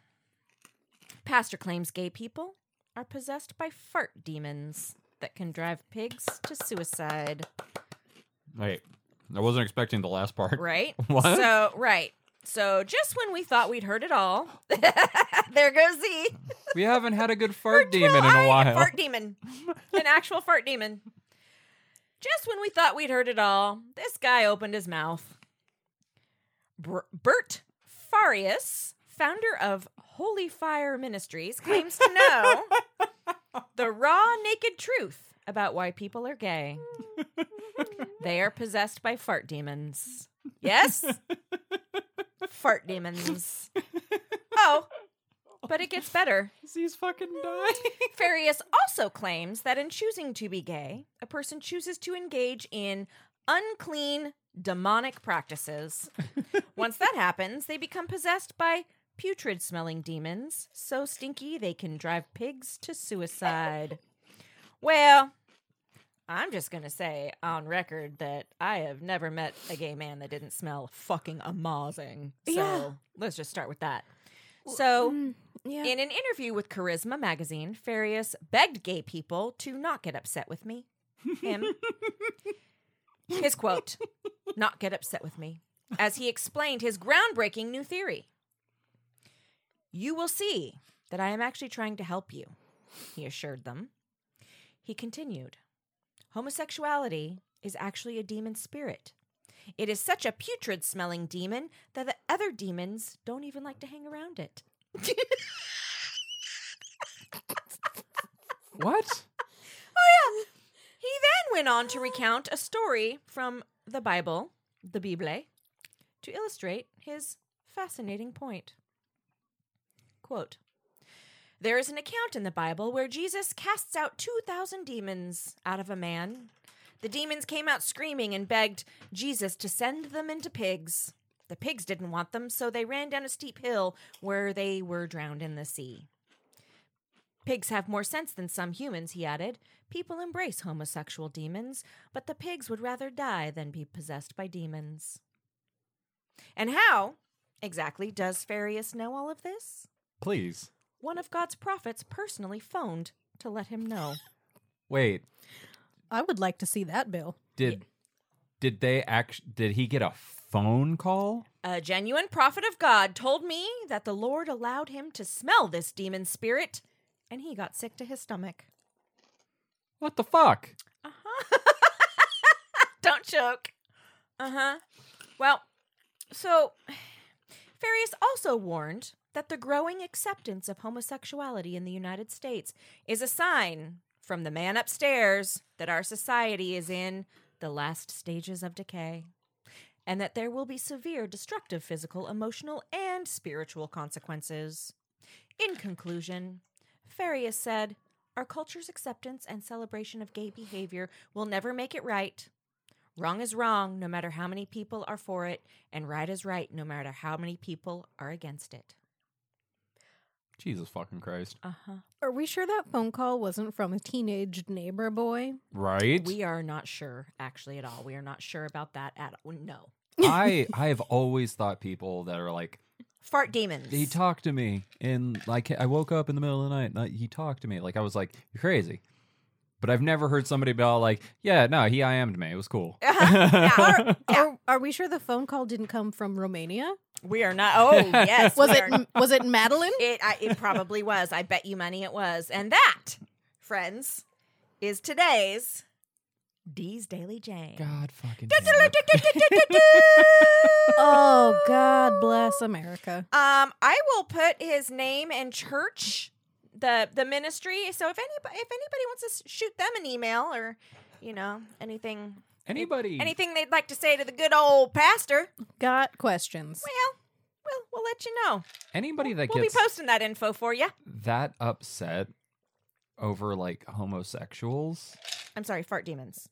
Speaker 1: Pastor claims gay people are possessed by fart demons that can drive pigs to suicide.
Speaker 2: Wait, I wasn't expecting the last part.
Speaker 1: Right?
Speaker 2: What?
Speaker 1: So, right. So, just when we thought we'd heard it all, there goes Z.
Speaker 2: We haven't had a good fart demon in
Speaker 1: Well,
Speaker 2: a
Speaker 1: I-
Speaker 2: while.
Speaker 1: Fart demon. An actual fart demon. Just when we thought we'd heard it all, this guy opened his mouth. Br- Bert Farias, founder of Holy Fire Ministries, claims to know the raw, naked truth about why people are gay. They are possessed by fart demons. Yes? fart demons. Oh, but it gets better.
Speaker 2: Z's fucking dying.
Speaker 1: Farias also claims that in choosing to be gay, a person chooses to engage in unclean demonic practices. Once that happens, they become possessed by putrid smelling demons, so stinky they can drive pigs to suicide. Well, I'm just going to say on record that I have never met a gay man that didn't smell fucking amazing. So
Speaker 3: Yeah.
Speaker 1: let's just start with that. So.
Speaker 3: yeah.
Speaker 1: In an interview with Charisma magazine, Farias begged gay people to not get upset with me. Him. his quote, not get upset with me, as he explained his groundbreaking new theory. You will see that I am actually trying to help you, he assured them. He continued, homosexuality is actually a demon spirit. It is such a putrid smelling demon that the other demons don't even like to hang around it.
Speaker 2: What?
Speaker 1: He then went on to recount a story from the Bible, the Bible, to illustrate his fascinating point. Quote There is an account in the Bible where Jesus casts out 2,000 demons out of a man. The demons came out screaming and begged Jesus to send them into pigs. The pigs didn't want them, so they ran down a steep hill where they were drowned in the sea. Pigs have more sense than some humans, he added. People embrace homosexual demons, but the pigs would rather die than be possessed by demons. And how exactly does Farius know all of this?
Speaker 2: Please.
Speaker 1: One of God's prophets personally phoned to let him know.
Speaker 2: Wait.
Speaker 3: I would like to see that bill.
Speaker 2: Did did they act did he get a phone call?
Speaker 1: A genuine prophet of God told me that the Lord allowed him to smell this demon spirit, and he got sick to his stomach.
Speaker 2: What the fuck?
Speaker 1: Don't choke. Uh huh. Well, so Farias also warned that the growing acceptance of homosexuality in the United States is a sign from the man upstairs that our society is in the last stages of decay and that there will be severe destructive physical, emotional, and spiritual consequences. In conclusion, Farias said, Our culture's acceptance and celebration of gay behavior will never make it right. Wrong is wrong, no matter how many people are for it, and right is right, no matter how many people are against it.
Speaker 2: Jesus fucking Christ.
Speaker 1: Uh huh.
Speaker 3: Are we sure that phone call wasn't from a teenage neighbor boy?
Speaker 2: Right?
Speaker 1: We are not sure, actually, at all. We are not sure about that at all. No.
Speaker 2: I I have always thought people that are like
Speaker 1: Fart demons.
Speaker 2: he talked to me and like I woke up in the middle of the night and like, he talked to me. Like I was like, You're crazy. But I've never heard somebody be all like, Yeah, no, he IM'd me. It was cool.
Speaker 1: Yeah,
Speaker 3: Are, are we sure the phone call didn't come from Romania?
Speaker 1: we are not. Oh, yes.
Speaker 3: Was
Speaker 1: we
Speaker 3: it
Speaker 1: are not-
Speaker 3: was it Madeline?
Speaker 1: It, I, it probably was. I bet you money it was. And that, friends, is today's Dee's Daily Jane.
Speaker 2: God fucking damn it.
Speaker 1: um,
Speaker 3: Oh God bless America.
Speaker 1: I will put his name and church, the the ministry. So if any if anybody wants to s- shoot them an email or, you know, anything
Speaker 2: Anybody
Speaker 1: anything they'd like to say to the good old pastor,
Speaker 3: Got questions.
Speaker 1: well, we'll we'll let you know.
Speaker 2: anybody that
Speaker 1: We'll be
Speaker 2: gets
Speaker 1: posting that info for you.
Speaker 2: that upset over like homosexuals
Speaker 1: I'm sorry, fart demons.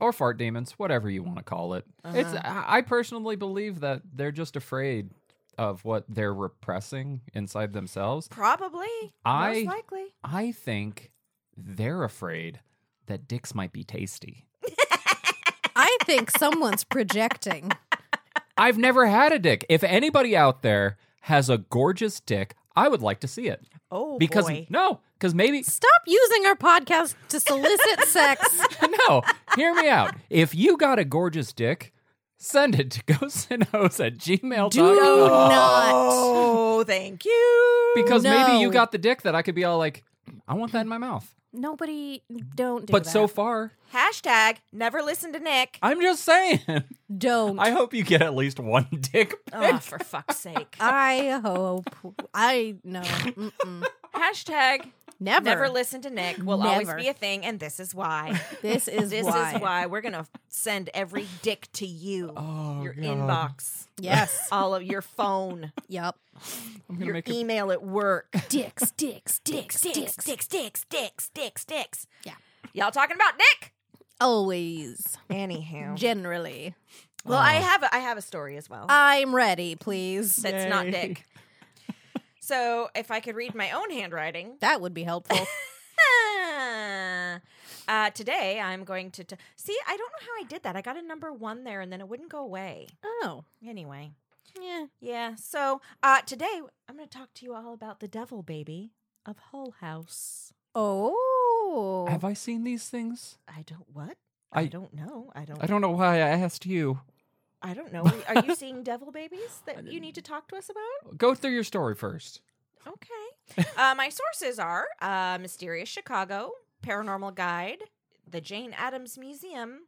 Speaker 2: or fart demons, whatever you want to call it. It's I I personally believe that they're just afraid of what they're repressing inside themselves.
Speaker 1: Probably.
Speaker 2: I-
Speaker 1: most likely.
Speaker 2: I think they're afraid that dicks might be tasty.
Speaker 3: I think someone's projecting.
Speaker 2: I've never had a dick. If anybody out there has a gorgeous dick, I would like to see it.
Speaker 1: Oh
Speaker 2: Because
Speaker 1: boy.
Speaker 2: no, because maybe
Speaker 3: Stop using our podcast to solicit sex.
Speaker 2: no, hear me out. If you got a gorgeous dick, send it to ghostandhoes at gmail.com.
Speaker 3: Do not.
Speaker 1: Oh, thank you.
Speaker 2: Because maybe you
Speaker 3: No.
Speaker 2: got the dick that I could be all like, I want that in my mouth.
Speaker 3: Nobody, don't do
Speaker 2: but
Speaker 3: that.
Speaker 2: so far,
Speaker 1: Hashtag never listen to Nick.
Speaker 2: I'm just saying.
Speaker 3: don't.
Speaker 2: I hope you get at least one dick.
Speaker 1: Oh, for fuck's sake.
Speaker 3: I hope. I no. Mm-mm.
Speaker 1: Hashtag
Speaker 3: Never.
Speaker 1: never listen to Nick will always
Speaker 3: Never.
Speaker 1: be a thing, and this is why.
Speaker 3: This is
Speaker 1: this
Speaker 3: why.
Speaker 1: is why we're gonna send every dick to you.
Speaker 2: Oh,
Speaker 1: your
Speaker 2: God.
Speaker 1: inbox,
Speaker 3: Yes.
Speaker 1: all of your phone,
Speaker 3: yep.
Speaker 2: I'm gonna
Speaker 1: your
Speaker 2: make a-
Speaker 1: email at work.
Speaker 3: Dicks. Dicks. Dicks.
Speaker 1: Dicks, dicks, dicks, dicks, dicks, dicks.
Speaker 3: Yeah.
Speaker 1: Y'all talking about Nick?
Speaker 3: Always.
Speaker 1: Anyhow.
Speaker 3: Generally.
Speaker 1: Well, I
Speaker 2: Oh.
Speaker 1: have a, I have a story as well.
Speaker 3: I'm ready, please.
Speaker 1: that's not
Speaker 2: Yay.
Speaker 1: Nick. So if I could read my own handwriting,
Speaker 3: That would be helpful.
Speaker 1: uh, today I'm going to t- see. I don't know how I did that. I got a number one there, and then it wouldn't go away.
Speaker 3: oh.
Speaker 1: Anyway,
Speaker 3: Yeah.
Speaker 1: yeah. So uh, today I'm going to talk to you all about the Devil Baby of Hull House.
Speaker 3: Oh.
Speaker 2: Have I seen these things?
Speaker 1: I don't what.
Speaker 2: I-
Speaker 1: I don't know. I don't.
Speaker 2: I don't know why I asked you.
Speaker 1: I don't know. Are you seeing devil babies that you need to talk to us about?
Speaker 2: Go through your story first.
Speaker 1: Oh. Okay. Uh, my sources are uh, Mysterious Chicago, Paranormal Guide, the Jane Addams Museum,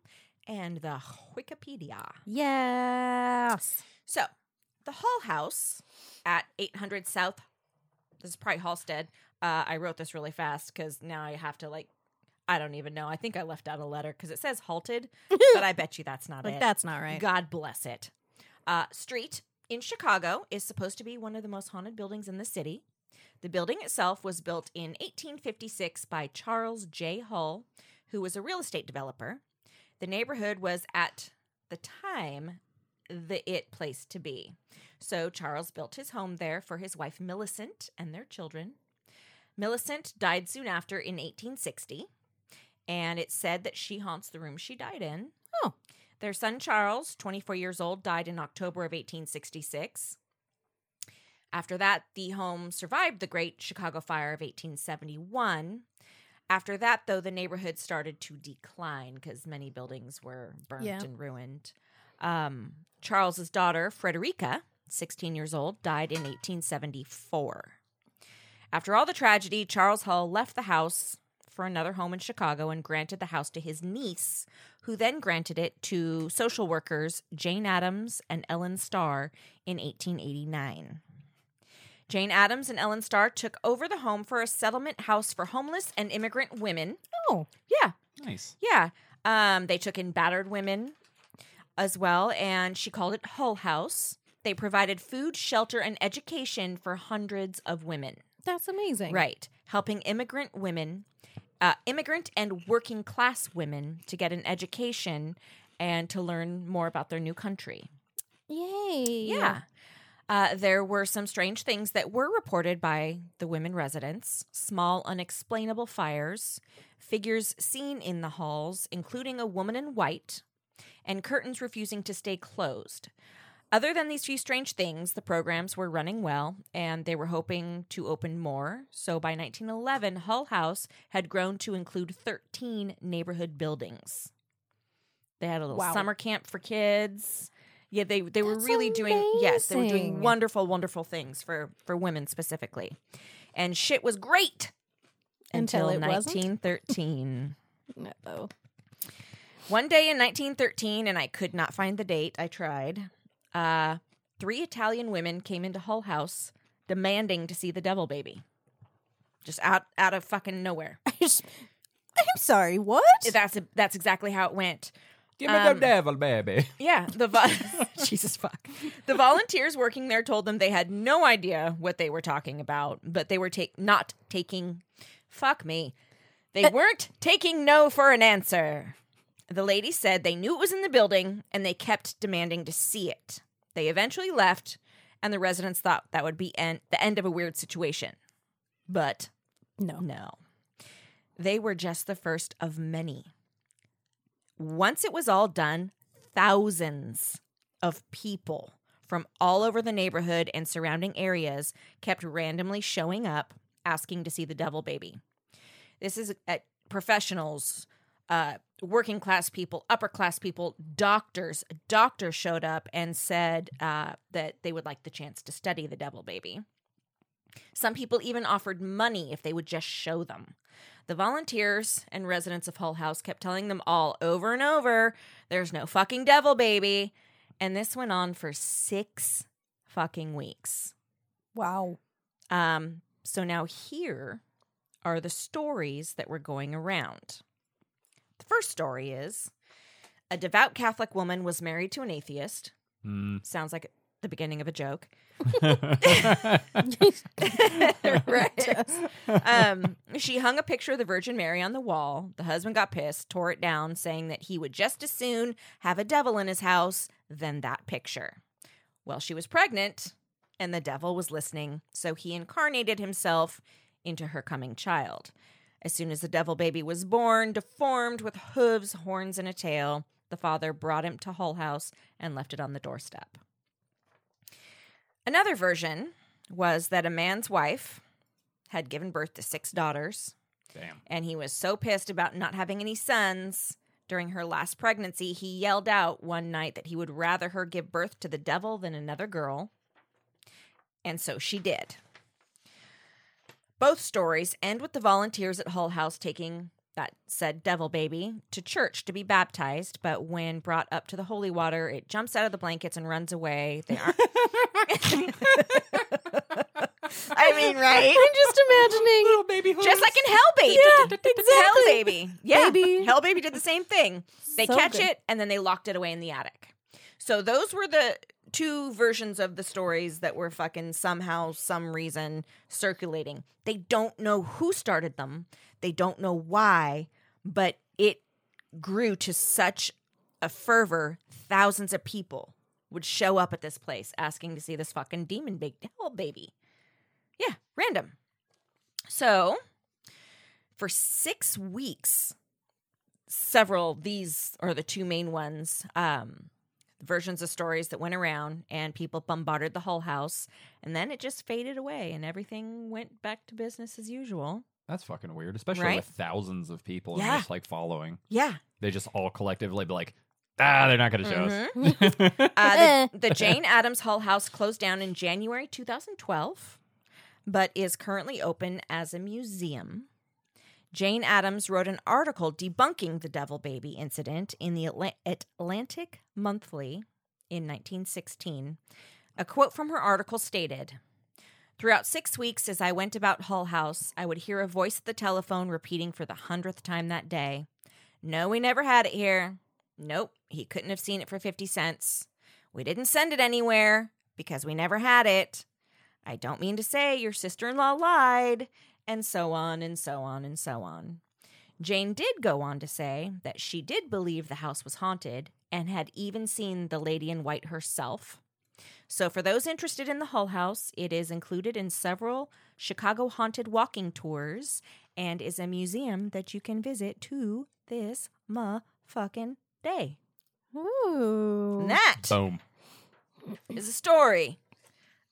Speaker 1: and the Wikipedia.
Speaker 3: yes.
Speaker 1: So, the Hull House at 800 South. This is probably Halstead. Uh, I wrote this really fast because now I have to like. I don't even know. I think I left out a letter because it says halted, but I bet you that's not
Speaker 3: Like
Speaker 1: it.
Speaker 3: that's not right.
Speaker 1: God bless it. Uh, Street in Chicago is supposed to be one of the most haunted buildings in the city. The building itself was built in 1856 by Charles J. Hull, who was a real estate developer. The neighborhood was at the time the it place to be. So Charles built his home there for his wife Millicent and their children. Millicent died soon after in 1860, and it's said that she haunts the room she died in.
Speaker 3: Oh.
Speaker 1: Their son Charles, 24 years old, died in October of 1866. After that, the home survived the Great Chicago Fire of 1871. After that, though, the neighborhood started to decline because many buildings were burnt
Speaker 3: Yeah.
Speaker 1: and ruined. Um, Charles's daughter, Frederica, 16 years old, died in 1874. After all the tragedy, Charles Hull left the house for another home in Chicago and granted the house to his niece, who then granted it to social workers Jane Addams and Ellen Starr in 1889. Jane Addams and Ellen Starr took over the home for a settlement house for homeless and immigrant women.
Speaker 3: Oh.
Speaker 1: Yeah,
Speaker 2: Nice.
Speaker 1: yeah. Um, they took in battered women as well, and she called it Hull House. They provided food, shelter, and education for hundreds of women.
Speaker 3: That's amazing.
Speaker 1: Right. Helping immigrant women, uh, immigrant and working class women to get an education and to learn more about their new country.
Speaker 3: Yay.
Speaker 1: Yeah. Uh, there were some strange things that were reported by the women residents small, unexplainable fires, figures seen in the halls, including a woman in white, and curtains refusing to stay closed. Other than these few strange things, the programs were running well, and they were hoping to open more. So by 1911, Hull House had grown to include 13 neighborhood buildings. They had a little
Speaker 3: Wow.
Speaker 1: summer camp for kids. Yeah, they they were
Speaker 3: That's
Speaker 1: really doing yes, they were doing
Speaker 3: amazing.
Speaker 1: wonderful, wonderful things for for women specifically, and shit was great
Speaker 3: Until it wasn't?
Speaker 1: 1913.
Speaker 3: Oh.
Speaker 1: One day in 1913, and I could not find the date. I tried. Uh, three Italian women came into Hull House demanding to see the Devil Baby, just out out of fucking nowhere.
Speaker 3: I'm sorry. What?
Speaker 1: That's that's exactly how it went.
Speaker 2: Give me
Speaker 1: Um,
Speaker 2: the devil, baby.
Speaker 1: Yeah, the vo- Jesus fuck. The volunteers working there told them they had no idea what they were talking about, but they were take not taking fuck me. They weren't taking no for an answer. The lady said they knew it was in the building and they kept demanding to see it. They eventually left and the residents thought that would be en- the end of a weird situation. But
Speaker 3: No.
Speaker 1: no. They were just the first of many. Once it was all done, thousands of people from all over the neighborhood and surrounding areas kept randomly showing up asking to see the devil baby. This is at professionals, uh, working class people, upper class people, doctors. Doctors showed up and said uh, that they would like the chance to study the devil baby. Some people even offered money if they would just show them. The volunteers and residents of Hull House kept telling them all over and over there's no fucking devil baby. And this went on for six fucking weeks.
Speaker 3: Wow.
Speaker 1: Um, so now here are the stories that were going around. The first story is a devout Catholic woman was married to an atheist.
Speaker 2: Mm.
Speaker 1: Sounds like the beginning of a joke.
Speaker 3: Yes.
Speaker 1: right. um, she hung a picture of the Virgin Mary on the wall. The husband got pissed, tore it down, saying that he would just as soon have a devil in his house than that picture. Well, she was pregnant, and the devil was listening, so he incarnated himself into her coming child. As soon as the devil baby was born, deformed with hooves, horns, and a tail, the father brought him to Hull House and left it on the doorstep. Another version was that a man's wife had given birth to six daughters,
Speaker 2: Damn.
Speaker 1: and he was so pissed about not having any sons during her last pregnancy, he yelled out one night that he would rather her give birth to the devil than another girl. And so she did. Both stories end with the volunteers at Hull House taking that said devil baby to church to be baptized, but when brought up to the holy water, it jumps out of the blankets and runs away. They aren't. I mean, right?
Speaker 3: I'm just imagining
Speaker 2: Little baby hooves.
Speaker 1: Just like in Hell Baby.
Speaker 3: Yeah,
Speaker 1: Hell
Speaker 3: exactly.
Speaker 1: Baby. Yeah.
Speaker 3: Baby.
Speaker 1: Hell Baby did the same thing. They
Speaker 3: So
Speaker 1: catch
Speaker 3: good.
Speaker 1: it and then they locked it away in the attic. So those were the two versions of the stories that were fucking somehow, some reason circulating. They don't know who started them, they don't know why, but it grew to such a fervor, thousands of people would show up at this place asking to see this fucking demon big hell baby. Yeah, random. So, for six weeks, several these are the two main ones. Um, versions of stories that went around and people bombarded the Hull House and then it just faded away and everything went back to business as usual.
Speaker 2: That's fucking weird, especially
Speaker 1: Right?
Speaker 2: with thousands of people
Speaker 1: Yeah.
Speaker 2: and just like following.
Speaker 1: Yeah.
Speaker 2: They just all collectively be like, ah, they're not going to show
Speaker 1: Mm-hmm.
Speaker 2: us.
Speaker 1: Uh, the, the Jane Addams Hull House closed down in January 2012, but is currently open as a museum. Jane Addams wrote an article debunking the Devil Baby incident in the Atla- Atlantic Monthly in 1916. A quote from her article stated Throughout six weeks, as I went about Hull House, I would hear a voice at the telephone repeating for the hundredth time that day, No, we never had it here. Nope, he couldn't have seen it for 50 cents. We didn't send it anywhere because we never had it. I don't mean to say your sister in law lied, and so on and so on and so on. Jane did go on to say that she did believe the house was haunted and had even seen the lady in white herself. So, for those interested in the Hull House, it is included in several Chicago haunted walking tours and is a museum that you can visit to this motherfucking day.
Speaker 3: Ooh.
Speaker 1: And that
Speaker 2: Boom.
Speaker 1: is a story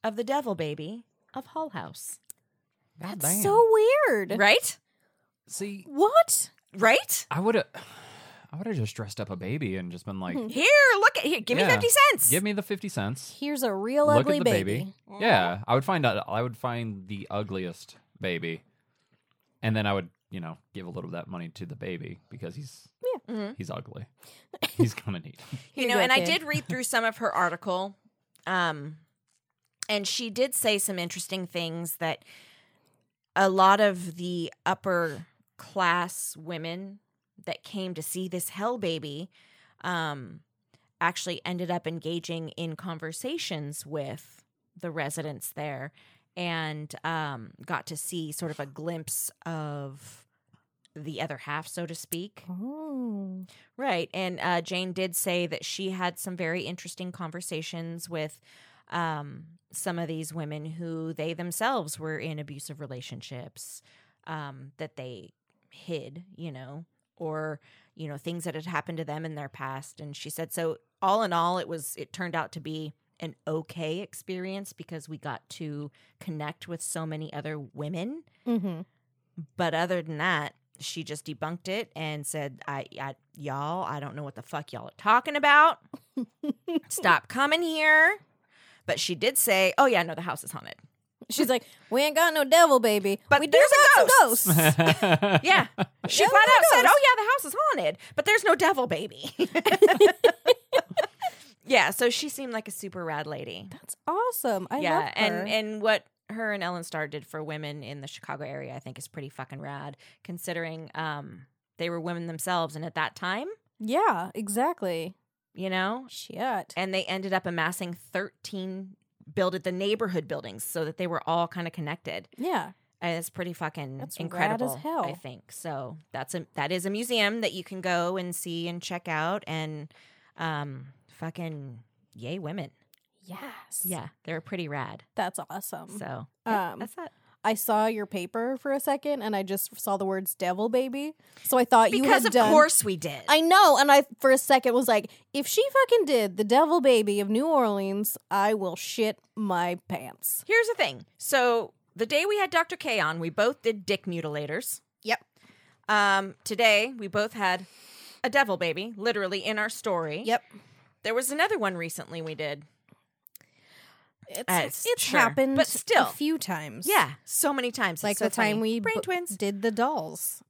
Speaker 1: of the devil baby of Hull House.
Speaker 3: That's so weird.
Speaker 1: Right?
Speaker 2: See,
Speaker 3: What?
Speaker 1: Right?
Speaker 2: I would have. I would have just dressed up a baby and just been like,
Speaker 1: Here, look at here. Give me
Speaker 2: Yeah.
Speaker 1: 50 cents.
Speaker 2: "Give me the fifty cents."
Speaker 3: Here's a real
Speaker 2: Look
Speaker 3: ugly
Speaker 2: at the
Speaker 3: baby.
Speaker 2: baby. Yeah, I would find out. I would find the ugliest baby, and then I would, you know, give a little of that money to the baby because he's
Speaker 1: Mhm.
Speaker 2: he's ugly. he's gonna need.
Speaker 1: you
Speaker 3: Here
Speaker 1: know,
Speaker 3: you go,
Speaker 1: and I
Speaker 3: kid.
Speaker 1: did read through some of her article. Um and she did say some interesting things that a lot of the upper class women that came to see this hell baby um actually ended up engaging in conversations with the residents there and um got to see sort of a glimpse of the other half so to speak
Speaker 3: Oh.
Speaker 1: Right. And uh, Jane did say that she had some very interesting conversations with um, some of these women who they themselves were in abusive relationships um, that they hid, you know, or you know things that had happened to them in their past. And she said, so all in all, it was it turned out to be an okay experience because we got to connect with so many other women.
Speaker 3: Mm-hmm.
Speaker 1: But other than that, she just debunked it and said, I, I y'all, I don't know what the fuck y'all are talking about. Stop coming here. But she did say, Oh yeah, no, the house is haunted.
Speaker 3: She's like, we ain't got no devil, baby.
Speaker 1: But
Speaker 3: we do
Speaker 1: there's a
Speaker 3: got some ghosts.
Speaker 1: Yeah. She
Speaker 3: Yeah,
Speaker 1: flat
Speaker 3: no
Speaker 1: out said,
Speaker 3: ghosts.
Speaker 1: Oh yeah, the house is haunted, but there's no devil baby. yeah, so she seemed like a super rad lady.
Speaker 3: That's awesome. I
Speaker 1: yeah,
Speaker 3: love her.
Speaker 1: and and what her and Ellen Starr did for women in the Chicago area, I think, is pretty fucking rad. Considering um, they were women themselves, and at that time,
Speaker 3: yeah, exactly.
Speaker 1: you know,
Speaker 3: Shit.
Speaker 1: and they ended up amassing thirteen builded the neighborhood buildings so that they were all kind of connected.
Speaker 3: yeah.
Speaker 1: And it's pretty fucking
Speaker 3: That's rad as
Speaker 1: incredible.
Speaker 3: hell.
Speaker 1: I think so. That's a that is a museum that you can go and see and check out and um, fucking yay women.
Speaker 3: Yes.
Speaker 1: Yeah, they're pretty rad.
Speaker 3: That's awesome.
Speaker 1: So yeah,
Speaker 3: um,
Speaker 1: that's that.
Speaker 3: I saw your paper for a second and I just saw the words devil baby. So I thought you had
Speaker 1: Because of
Speaker 3: done
Speaker 1: course we did.
Speaker 3: I know, and I for a second was like, if she fucking did the devil baby of New Orleans, I will shit my pants.
Speaker 1: Here's the thing. So the day we had Dr. K on, we both did dick mutilators.
Speaker 3: Yep.
Speaker 1: Um, today we both had a devil baby, literally in our story.
Speaker 3: Yep.
Speaker 1: There was another one recently we did.
Speaker 3: It's
Speaker 1: Uh,
Speaker 3: it's,
Speaker 1: it's- sure.
Speaker 3: happened
Speaker 1: But still.
Speaker 3: a few times.
Speaker 1: Yeah, so many times. It's
Speaker 3: Like
Speaker 1: so
Speaker 3: the time
Speaker 1: funny.
Speaker 3: we
Speaker 1: brain
Speaker 3: bo-
Speaker 1: twins.
Speaker 3: did the dolls.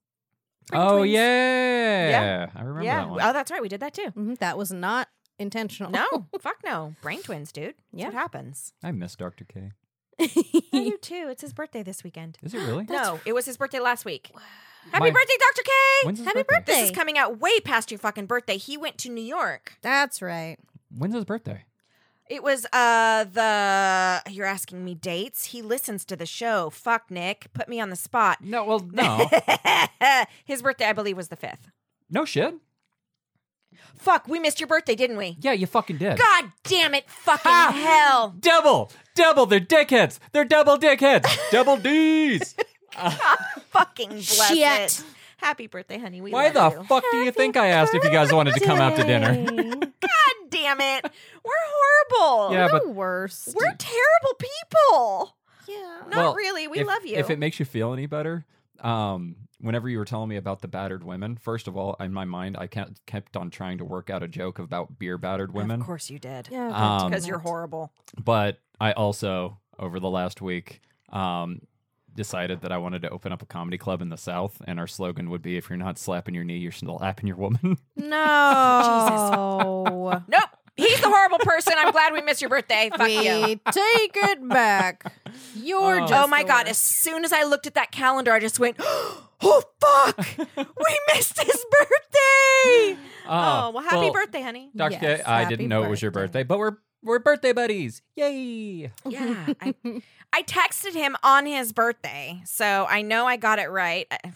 Speaker 2: oh
Speaker 1: twins.
Speaker 2: yeah. I remember
Speaker 1: yeah.
Speaker 2: that one.
Speaker 1: Oh, that's right. We did that too.
Speaker 3: Mhm, That was not intentional.
Speaker 1: No, fuck no. Brain twins, dude. That's
Speaker 3: Yeah.
Speaker 1: what happens.
Speaker 2: I miss Dr. K.
Speaker 1: I do too. It's his birthday this weekend.
Speaker 2: Is it really?
Speaker 1: no, it was his birthday last week. Happy
Speaker 2: My-
Speaker 1: birthday, Dr. K.
Speaker 2: When's his
Speaker 3: Happy
Speaker 2: birthday?
Speaker 3: birthday.
Speaker 1: This is coming out way past your fucking birthday. He went to New York.
Speaker 3: That's right.
Speaker 2: When's his birthday?
Speaker 1: It was uh the you're asking me dates. He listens to the show. Fuck Nick, put me on the spot.
Speaker 2: No, well, no.
Speaker 1: His birthday, I believe, was the fifth.
Speaker 2: no shit.
Speaker 1: Fuck, we missed your birthday, didn't we?
Speaker 2: Yeah, you fucking did.
Speaker 1: God damn it, fucking
Speaker 2: Ah.
Speaker 1: hell!
Speaker 2: Double, double, they're dickheads. They're double dickheads. double D's.
Speaker 1: Fucking bless
Speaker 3: Shit.
Speaker 1: it. Happy birthday, honey. We
Speaker 2: Why
Speaker 1: love
Speaker 2: the
Speaker 1: you.
Speaker 2: fuck do you think I asked if you guys wanted to come out to dinner?
Speaker 3: Dang.
Speaker 1: God damn it, we're horrible.
Speaker 2: Yeah,
Speaker 3: the
Speaker 2: but
Speaker 3: worst.
Speaker 1: we're terrible people.
Speaker 3: yeah.
Speaker 1: Not
Speaker 2: Well,
Speaker 1: really. We
Speaker 2: if,
Speaker 1: love you.
Speaker 2: If it makes you feel any better, um, whenever you were telling me about the battered women, first of all, in my mind, I kept kept on trying to work out a joke about beer battered women.
Speaker 1: Of course you did.
Speaker 3: Yeah,
Speaker 2: Um,
Speaker 1: Because you're horrible.
Speaker 2: but I also over the last week um, decided that I wanted to open up a comedy club in the South, and our slogan would be, "If you're not slapping your knee, you're slapping your woman."
Speaker 3: No.
Speaker 1: Nope. He's the horrible person. I'm glad we missed your birthday. Fuck you.
Speaker 3: we take it back. You're
Speaker 2: Oh.
Speaker 3: just
Speaker 1: Oh my
Speaker 3: the
Speaker 1: god! As
Speaker 3: worst.
Speaker 1: soon as I looked at that calendar, I just went, "Oh fuck! we missed his birthday."
Speaker 2: Ah,
Speaker 1: Oh, well, happy birthday, honey.
Speaker 2: Doctor K. I
Speaker 3: Yes, happy
Speaker 2: didn't know it was your birthday,
Speaker 3: birthday.
Speaker 2: but we're we're birthday buddies. Yay!
Speaker 1: Yeah, I, I texted him on his birthday, so I know I got it right. I,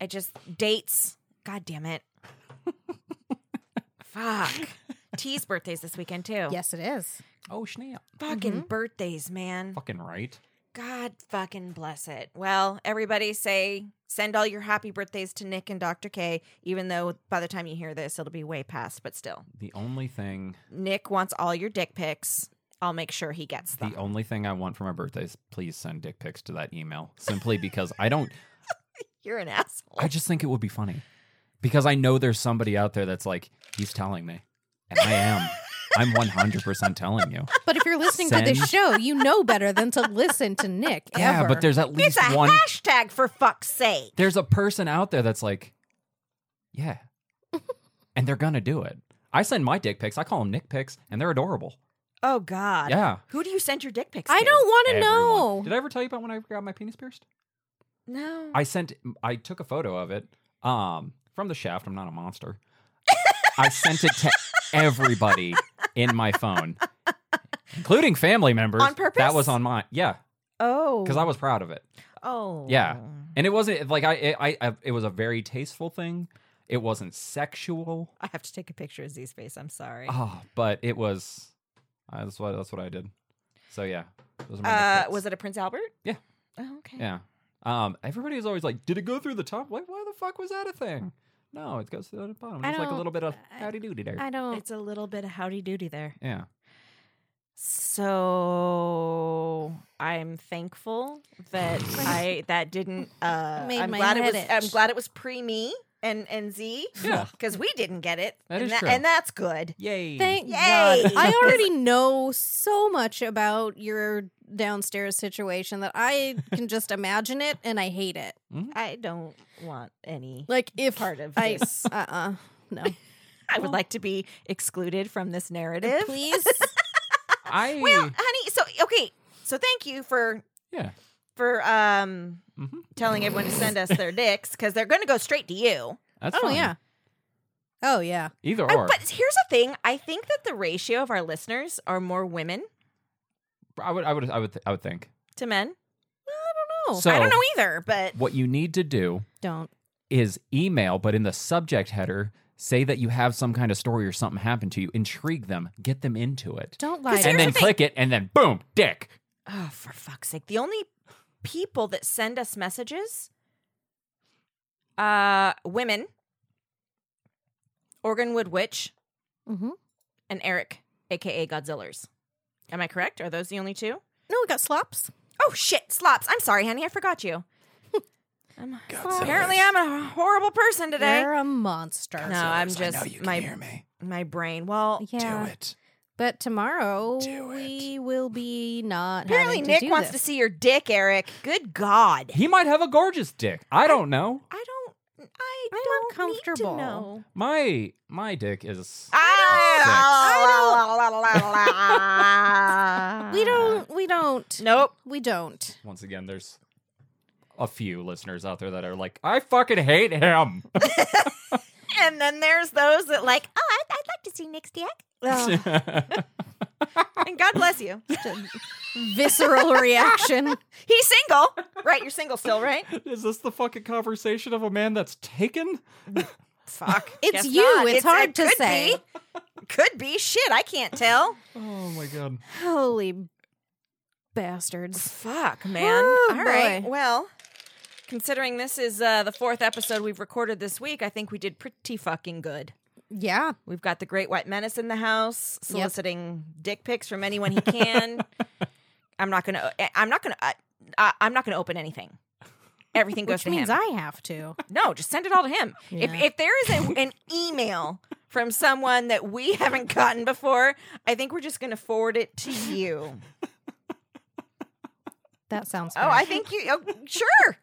Speaker 1: I just dates. God damn it! fuck. T's birthday's this weekend too.
Speaker 3: Yes, it is.
Speaker 2: Oh snap!
Speaker 1: Fucking birthdays, man.
Speaker 2: Fucking right.
Speaker 1: God fucking bless it. Well, everybody say send all your happy birthdays to Nick and Dr. K, even though by the time you hear this, it'll be way past, but still.
Speaker 2: The only thing,
Speaker 1: Nick wants all your dick pics. I'll make sure he gets
Speaker 2: the
Speaker 1: them.
Speaker 2: only thing I want for my birthday is please send dick pics to that email. Simply because I don't.
Speaker 1: You're an asshole.
Speaker 2: I just think it would be funny because I know there's somebody out there that's like, he's telling me, and I am. I'm 100% telling you.
Speaker 3: But if you're listening to this
Speaker 2: Send.
Speaker 3: show, you know better than to listen to Nick.
Speaker 2: Yeah,
Speaker 3: ever.
Speaker 2: but there's at
Speaker 1: It's
Speaker 2: least
Speaker 1: a
Speaker 2: one.
Speaker 1: hashtag for fuck's sake.
Speaker 2: There's a person out there that's like, yeah, and they're gonna do it. I send my dick pics. I call them Nick pics, and they're adorable.
Speaker 1: Oh God.
Speaker 2: Yeah.
Speaker 1: Who do you send your dick pics
Speaker 3: I
Speaker 1: to?
Speaker 3: don't want to
Speaker 2: Everyone.
Speaker 3: know.
Speaker 2: Did I ever tell you about when I got my penis pierced?
Speaker 1: No.
Speaker 2: I sent. I took a photo of it um, from the shaft. I'm not a monster. I sent it to everybody in my phone, including family members.
Speaker 1: On purpose?
Speaker 2: That was on mine. Yeah,
Speaker 1: oh.
Speaker 2: because I was proud of it,
Speaker 1: Oh.
Speaker 2: Yeah. and it wasn't like I. It, I, I. It was a very tasteful thing. It wasn't sexual. Oh,
Speaker 1: I have to take a picture of Z's face. I'm sorry.
Speaker 2: Ah, but it was. Uh, that's what. That's what I did. So yeah, those are my
Speaker 1: Uh,
Speaker 2: nitpicks.
Speaker 1: was it a Prince Albert?
Speaker 2: Yeah.
Speaker 1: Oh, okay.
Speaker 2: Yeah. Um, everybody was always like, "Did it go through the top? Like, why the fuck was that a
Speaker 1: Hmm.
Speaker 2: thing?" No, it goes through the bottom.
Speaker 3: I
Speaker 2: There's like a
Speaker 3: don't-
Speaker 2: little bit
Speaker 1: uh,
Speaker 2: of
Speaker 3: I-
Speaker 2: howdy doody there.
Speaker 3: I don't.
Speaker 1: It's a little bit of howdy doody there.
Speaker 2: yeah.
Speaker 1: So I'm thankful that I that didn't. Uh,
Speaker 3: Made
Speaker 1: I'm
Speaker 3: my
Speaker 1: glad it
Speaker 3: head
Speaker 1: was. I'm
Speaker 3: itch.
Speaker 1: glad it was pre me and and Z.
Speaker 2: Yeah.
Speaker 1: because we didn't get it.
Speaker 2: That
Speaker 1: and
Speaker 2: is true.
Speaker 1: and that's good.
Speaker 2: Yay.
Speaker 3: Thank
Speaker 1: Yay!
Speaker 3: God. I already know so much about your downstairs situation that I can just imagine it and I hate it.
Speaker 1: I don't want any
Speaker 3: Like if
Speaker 1: part of
Speaker 3: I,
Speaker 1: this.
Speaker 3: uh uh no.
Speaker 1: I would like to be excluded from this narrative.
Speaker 3: Uh, Please.
Speaker 2: I
Speaker 1: Well, honey. So okay. So thank you for
Speaker 2: yeah.
Speaker 1: for um
Speaker 2: Mhm.
Speaker 1: telling everyone to send us their dicks because they're going to go straight to you.
Speaker 2: That's
Speaker 3: oh
Speaker 2: fine.
Speaker 3: yeah. Oh yeah.
Speaker 2: Either
Speaker 1: I-
Speaker 2: or,
Speaker 1: but here's the thing: I think that the ratio of our listeners are more women
Speaker 2: I would, I would, I would, th- I would think.
Speaker 1: to men.
Speaker 3: No.
Speaker 2: So
Speaker 1: I don't know either, but
Speaker 2: what you need to do
Speaker 3: don't.
Speaker 2: is email, but in the subject header, say that you have some kind of story or something happened to you. Intrigue them, get them into it,
Speaker 3: Don't lie. to
Speaker 2: and
Speaker 1: here's
Speaker 2: then
Speaker 1: the thing.
Speaker 2: click it, and then boom, dick.
Speaker 1: oh, for fuck's sake! The only people that send us messages, uh, women, Organ Wood Witch,
Speaker 3: Mm-hmm.
Speaker 1: and Eric, aka Godzillers. Am I correct? Are those the only two?
Speaker 3: No, we got slops.
Speaker 1: Oh shit, slops! I'm sorry, honey, I forgot you. I'm, apparently, I'm a horrible person today.
Speaker 3: You're a monster.
Speaker 1: No, I'm just my
Speaker 2: me.
Speaker 1: my brain. Well,
Speaker 3: Yeah.
Speaker 2: it.
Speaker 3: But tomorrow
Speaker 2: Do it.
Speaker 3: we will be not.
Speaker 1: apparently
Speaker 3: having to
Speaker 1: Nick
Speaker 3: do
Speaker 1: wants
Speaker 3: this.
Speaker 1: to see your dick, Eric. Good God.
Speaker 2: He might have a gorgeous dick. I don't know.
Speaker 1: I don't. I
Speaker 3: I'm
Speaker 1: don't
Speaker 3: uncomfortable.
Speaker 1: Need to know.
Speaker 2: My my dick is
Speaker 1: I
Speaker 3: We don't. We don't.
Speaker 1: Nope.
Speaker 3: Ah. We don't.
Speaker 2: once again. There's a few listeners out there that are like, I fucking hate him.
Speaker 1: And then there's those that like. Oh, I'd, I'd like to see Nick's dick.
Speaker 3: Ugh,
Speaker 1: And God bless you.
Speaker 3: visceral reaction.
Speaker 1: He's single, right? You're single still, right?
Speaker 2: is this the fucking conversation of a man that's taken?
Speaker 1: Fuck.
Speaker 3: It's
Speaker 1: Guess
Speaker 3: you.
Speaker 1: not.
Speaker 3: It's hard
Speaker 1: it
Speaker 3: to
Speaker 1: could
Speaker 3: say.
Speaker 1: Be. Could be. Shit, I can't tell.
Speaker 2: Oh my god.
Speaker 3: Holy bastards!
Speaker 1: Fuck, man.
Speaker 3: Oh,
Speaker 1: All right.
Speaker 3: boy.
Speaker 1: Well, considering this is uh, the fourth episode we've recorded this week, I think we did pretty fucking good.
Speaker 3: Yeah.
Speaker 1: We've got the Great White Menace in the house,
Speaker 3: Yep.
Speaker 1: soliciting dick pics from anyone he can. I'm not gonna. eh, I'm not gonna. I, I, I'm not gonna open anything. Everything goes to
Speaker 3: Which means
Speaker 1: him.
Speaker 3: I have to.
Speaker 1: no, just send it all to him.
Speaker 3: Yeah.
Speaker 1: If if there is a, an email from someone that we haven't gotten before, I think we're just gonna forward it to you.
Speaker 3: That sounds.
Speaker 1: Oh, I think you. Oh, sure,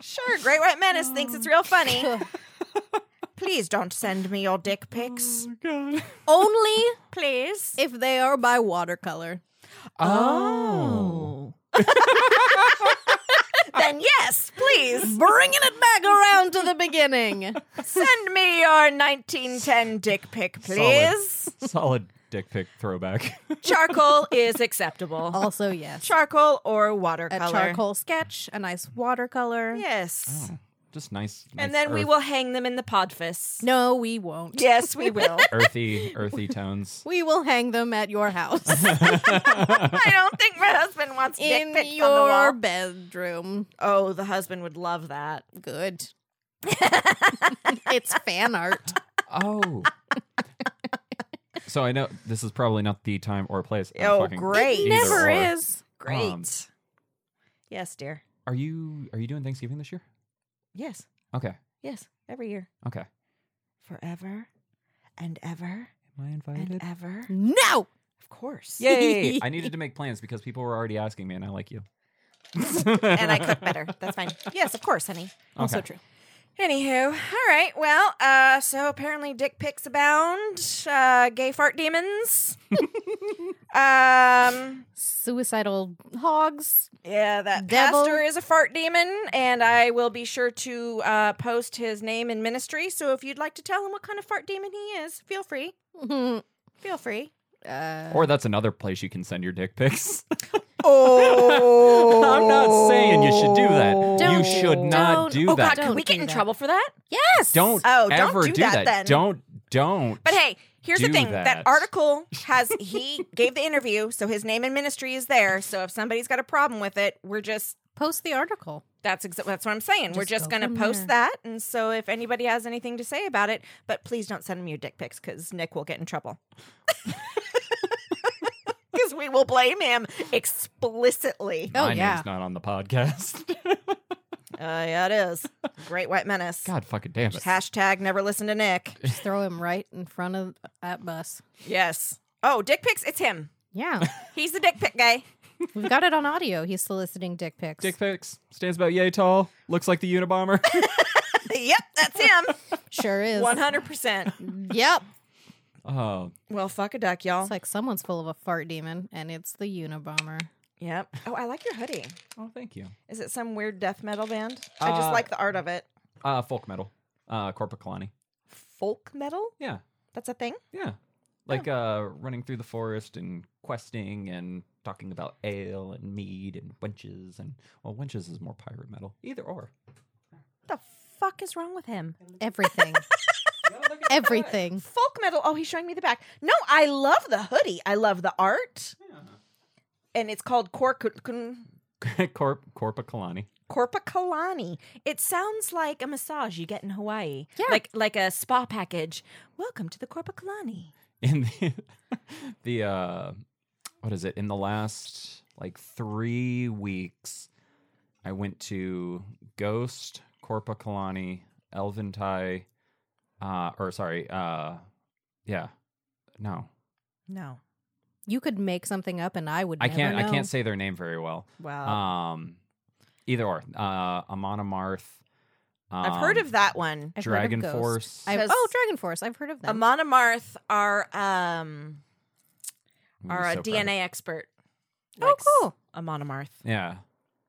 Speaker 1: sure. Great White Menace thinks it's real funny.
Speaker 3: Ugh.
Speaker 1: Please don't send me your dick pics.
Speaker 2: god.
Speaker 3: Only
Speaker 1: Please.
Speaker 3: if they are by watercolor.
Speaker 2: Oh.
Speaker 1: then yes, please.
Speaker 3: Bringing it back around to the beginning.
Speaker 1: Send me your 1910 dick pic, please.
Speaker 2: Solid dick pic throwback.
Speaker 1: Charcoal is acceptable.
Speaker 3: Also, yes.
Speaker 1: Charcoal or
Speaker 3: A
Speaker 1: watercolor.
Speaker 3: charcoal sketch, a nice watercolor.
Speaker 1: Yes.
Speaker 2: Just nice. nice
Speaker 1: and then we
Speaker 2: earth-
Speaker 1: will hang them in the podfist.
Speaker 3: No, we won't.
Speaker 1: Yes, we will.
Speaker 2: earthy earthy tones.
Speaker 3: We will hang them at your house
Speaker 1: I don't think my husband wants dick
Speaker 3: in
Speaker 1: pics on the
Speaker 3: your
Speaker 1: wall.
Speaker 3: bedroom.
Speaker 1: Oh, the husband would love that.
Speaker 3: Good. it's fan art.
Speaker 2: Oh. so I know this is probably not the time or place. I'm
Speaker 1: Oh,
Speaker 2: fucking
Speaker 1: great. It
Speaker 2: either
Speaker 3: Never
Speaker 2: or.
Speaker 3: is.
Speaker 1: Great.
Speaker 2: Um,
Speaker 1: yes, dear.
Speaker 2: Are you are you doing Thanksgiving this year?
Speaker 1: Yes.
Speaker 2: Okay.
Speaker 1: Yes. Every year.
Speaker 2: Okay. Am
Speaker 1: Forever and ever
Speaker 2: I
Speaker 1: and
Speaker 2: invited?
Speaker 1: ever.
Speaker 3: No.
Speaker 1: Of course.
Speaker 2: Yay! I needed to make plans because people were already asking me, and I like you.
Speaker 1: And I cook better. That's fine. Yes, of course, honey.
Speaker 3: Also
Speaker 2: Okay.
Speaker 3: true.
Speaker 1: Anywho, all right. Well, uh, so apparently dick pics abound. Uh, gay fart demons. um,
Speaker 3: Suicidal hogs.
Speaker 1: yeah, that
Speaker 3: Devil.
Speaker 1: pastor is a fart demon, and I will be sure to uh, post his name and ministry. So if you'd like to tell him what kind of fart demon he is, feel free.
Speaker 3: uh,
Speaker 1: Feel free.
Speaker 2: Or that's another place you can send your dick pics.
Speaker 1: Oh,
Speaker 2: I'm not saying you should do that. you
Speaker 3: Don't-
Speaker 2: should not
Speaker 3: don't-
Speaker 2: do
Speaker 1: Oh
Speaker 2: that.
Speaker 1: God, could
Speaker 3: Don't
Speaker 1: we get
Speaker 3: do
Speaker 1: in
Speaker 3: that.
Speaker 1: trouble for that?
Speaker 3: yes.
Speaker 2: Don't
Speaker 1: Oh, don't
Speaker 2: ever
Speaker 1: do that then.
Speaker 2: Don't don't.
Speaker 1: But hey, Here's the
Speaker 2: do
Speaker 1: thing: that.
Speaker 2: that.
Speaker 1: article has he gave the interview, so his name and ministry is there. So if somebody's got a problem with it, we're just
Speaker 3: Post the article.
Speaker 1: that's exa- that's what I'm saying. we're just
Speaker 3: Just go
Speaker 1: going to
Speaker 3: from
Speaker 1: post
Speaker 3: there.
Speaker 1: that, and so if anybody has anything to say about it, but please don't send him your dick pics because Nick will get in trouble. Because we will blame him explicitly.
Speaker 3: Oh,
Speaker 2: My
Speaker 3: yeah.
Speaker 2: name's not on the podcast.
Speaker 1: Uh, yeah, it is. Great white menace.
Speaker 2: God fucking damn it.
Speaker 1: Hashtag never listen to Nick.
Speaker 3: Just throw him right in front of that bus.
Speaker 1: Yes. Oh, dick pics. It's him.
Speaker 3: Yeah.
Speaker 1: He's the dick pic guy.
Speaker 3: We've got it on audio. He's soliciting dick pics.
Speaker 2: Dick pics. Stands about yay tall. Looks like the Unabomber.
Speaker 1: yep, that's him.
Speaker 3: sure is.
Speaker 1: One hundred percent.
Speaker 3: Yep.
Speaker 2: oh,
Speaker 1: Well, fuck a duck, y'all.
Speaker 3: It's like someone's full of a fart demon, and it's the Unabomber.
Speaker 1: yep. Oh, I like your hoodie.
Speaker 2: oh, thank you.
Speaker 1: Is it some weird death metal band? I just
Speaker 2: Uh,
Speaker 1: like the art of it.
Speaker 2: Uh, folk metal. Uh, Corporal Kalani.
Speaker 1: Folk metal?
Speaker 2: Yeah,
Speaker 1: That's a thing?
Speaker 2: yeah. Like uh, running through the forest and questing and talking about ale and mead and wenches and well, wenches is more pirate metal. Either or.
Speaker 1: What the fuck is wrong with him?
Speaker 3: Everything. Everything.
Speaker 1: Folk metal. Oh, he's showing me the back. No, I love the hoodie. I love the art. And it's called Cork
Speaker 2: Corp Corpa Kalani.
Speaker 1: Korpakalani. It sounds like a massage you get in Hawaii.
Speaker 3: Yeah.
Speaker 1: Like like a spa package. Welcome to the Korpakalani.
Speaker 2: In the the uh, what is it? In the last like three weeks, I went to Ghost Corpa Kalani Elventai, uh, or sorry, uh, yeah, no,
Speaker 1: No.
Speaker 3: You could make something up, and I would.
Speaker 2: I
Speaker 3: never
Speaker 2: can't. I
Speaker 3: know.
Speaker 2: can't say their name very well.
Speaker 1: Wow.
Speaker 2: Um, either or, uh, Amana Marth.
Speaker 1: I've heard of that one.
Speaker 3: I've heard of
Speaker 2: Dragon
Speaker 3: Ghost.
Speaker 2: Force.
Speaker 3: I've,
Speaker 1: Because-
Speaker 3: oh, Dragon Force. I've heard of them.
Speaker 1: Amana Marth are um
Speaker 2: I'm gonna be
Speaker 1: are a
Speaker 2: so proud of-
Speaker 1: DNA expert.
Speaker 3: Oh,
Speaker 1: Likes
Speaker 3: cool.
Speaker 1: Amana Marth.
Speaker 2: Yeah.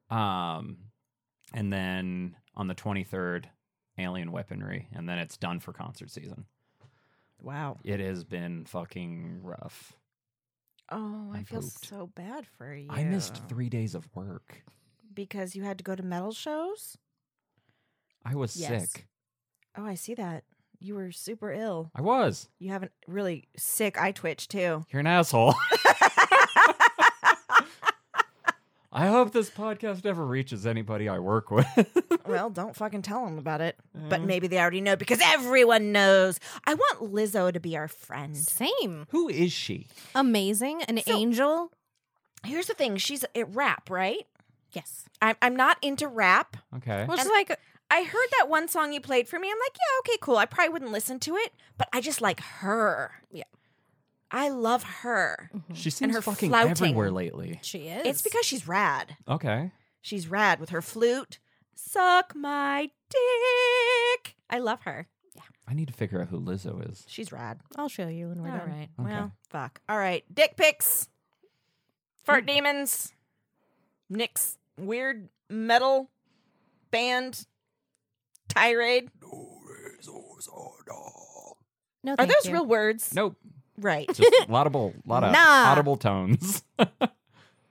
Speaker 2: Um, and then on the twenty third, Alien Weaponry, and then it's done for concert season.
Speaker 1: Wow.
Speaker 2: It has been fucking rough.
Speaker 1: Oh, I
Speaker 2: I'm
Speaker 1: feel
Speaker 2: pooped.
Speaker 1: so bad for you.
Speaker 2: I missed three days of work.
Speaker 1: because you had to go to metal shows.
Speaker 2: I was
Speaker 3: Yes.
Speaker 2: sick.
Speaker 1: Oh, I see that. You were super ill.
Speaker 2: I was.
Speaker 1: You have a really sick eye twitch too.
Speaker 2: You're an asshole. I hope this podcast never reaches anybody I work with.
Speaker 1: well, don't fucking tell them about it. But
Speaker 2: Mm.
Speaker 1: maybe they already know because everyone knows. I want Lizzo to be our
Speaker 2: Hmm.
Speaker 1: friend.
Speaker 3: Same.
Speaker 2: Who is she?
Speaker 3: Amazing. An
Speaker 1: So-
Speaker 3: angel.
Speaker 1: Here's the thing: she's at rap, right?
Speaker 3: Yes.
Speaker 1: I'm I'm not into rap.
Speaker 2: Okay.
Speaker 3: Well, she's
Speaker 1: And-
Speaker 3: like
Speaker 1: I heard that one song you played for me. I'm like, yeah, okay, cool. I probably wouldn't listen to it, but I just like her.
Speaker 3: Yeah.
Speaker 1: I love her.
Speaker 2: She seems
Speaker 1: her
Speaker 2: fucking
Speaker 1: flouting.
Speaker 2: everywhere lately.
Speaker 3: she is.
Speaker 1: It's because she's rad.
Speaker 2: Okay.
Speaker 1: She's rad with her flute. Suck my dick. I love her.
Speaker 2: I need to figure out who Lizzo is.
Speaker 1: She's rad.
Speaker 3: I'll show you when we're done.
Speaker 2: Okay.
Speaker 1: Well, fuck. All right. Dick pics.
Speaker 3: Hmm.
Speaker 1: Fart demons. Nick's weird metal band tirade.
Speaker 3: No,
Speaker 1: Are
Speaker 3: thank
Speaker 1: those
Speaker 3: you. Uh,
Speaker 1: real words?
Speaker 2: Nope.
Speaker 1: Right.
Speaker 2: Just laudable, lot of
Speaker 1: Nah.
Speaker 2: audible tones.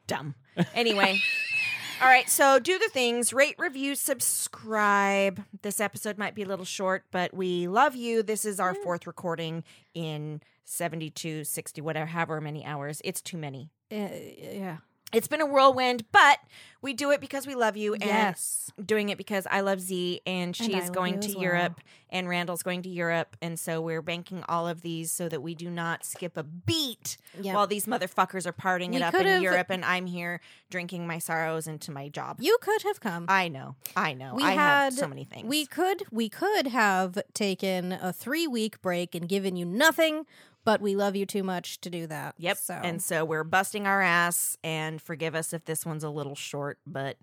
Speaker 1: dumb. Anyway. All right, so do the things, rate, review, subscribe. This episode might be a little short, but we love you. This is our fourth recording in 72, 60, whatever, however many hours. It's too many.
Speaker 3: Uh, yeah.
Speaker 1: It's been a whirlwind, but we do it because we love you. And
Speaker 3: Yes.
Speaker 1: doing it because I love Z and
Speaker 3: And I
Speaker 1: she's
Speaker 3: love you
Speaker 1: going to
Speaker 3: as well.
Speaker 1: Europe and Randall's going to Europe. And so we're banking all of these so that we do not skip a beat
Speaker 3: Yeah.
Speaker 1: while these motherfuckers are partying
Speaker 3: We
Speaker 1: it up
Speaker 3: could
Speaker 1: in
Speaker 3: have-
Speaker 1: Europe and I'm here drinking my sorrows into my job.
Speaker 3: You could have come.
Speaker 1: I know. I know.
Speaker 3: We
Speaker 1: I
Speaker 3: had-
Speaker 1: have so many things.
Speaker 3: We could we could have taken a three week break and given you nothing, but we love you too much to do that.
Speaker 1: Yep.
Speaker 3: So
Speaker 1: And so we're busting our ass and forgive us if this one's a little short, but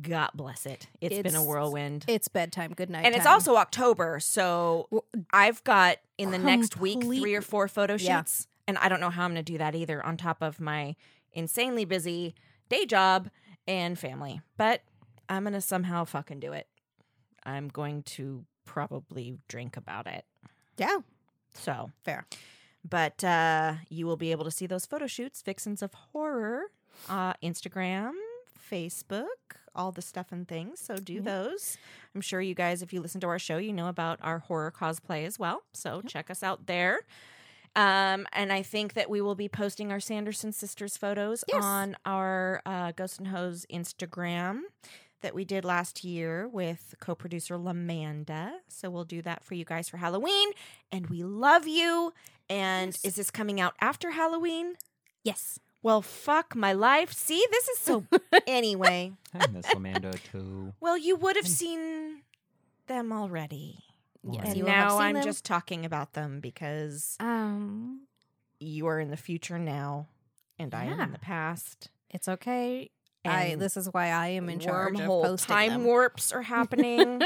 Speaker 1: God bless it. it's been a
Speaker 3: It's-
Speaker 1: whirlwind.
Speaker 3: it's bedtime. Good night.
Speaker 1: and it's
Speaker 3: time.
Speaker 1: also October, so I've got in the next week three or
Speaker 3: Complete-
Speaker 1: four photo shoots,
Speaker 3: Yeah.
Speaker 1: and I don't know how I'm going to do that either. On top of my insanely busy day job and family, but I'm going to somehow fucking do it. I'm going to probably drink about it.
Speaker 3: yeah,
Speaker 1: So
Speaker 3: fair.
Speaker 1: but uh, you will be able to see those photo shoots, Vixens of Horror, uh, Instagram, Facebook, all the stuff and things. So do those. I'm sure you guys, if you listen to our show, you know about our horror cosplay as well. So check us out there. Um, and I think that we will be posting our Sanderson sisters photos
Speaker 3: Yes.
Speaker 1: on our uh, Ghost and Hose Instagram that we did last year with co-producer Lamanda. So we'll do that for you guys for Halloween. And we love you. And
Speaker 3: Yes.
Speaker 1: is this coming out after Halloween?
Speaker 3: Yes.
Speaker 1: Well, fuck my life. See, this is so. anyway,
Speaker 2: I miss Amanda too.
Speaker 1: well, you would have seen them already.
Speaker 3: Yes.
Speaker 1: And
Speaker 3: you will have
Speaker 1: now
Speaker 3: seen
Speaker 1: I'm
Speaker 3: them.
Speaker 1: just talking about them because
Speaker 3: Um,
Speaker 1: you are in the future now and I am
Speaker 3: Yeah.
Speaker 1: in the past.
Speaker 3: it's okay. I.
Speaker 1: and
Speaker 3: This is why I am in charge of
Speaker 1: wormhole
Speaker 3: posting
Speaker 1: time
Speaker 3: them.
Speaker 1: warps are happening.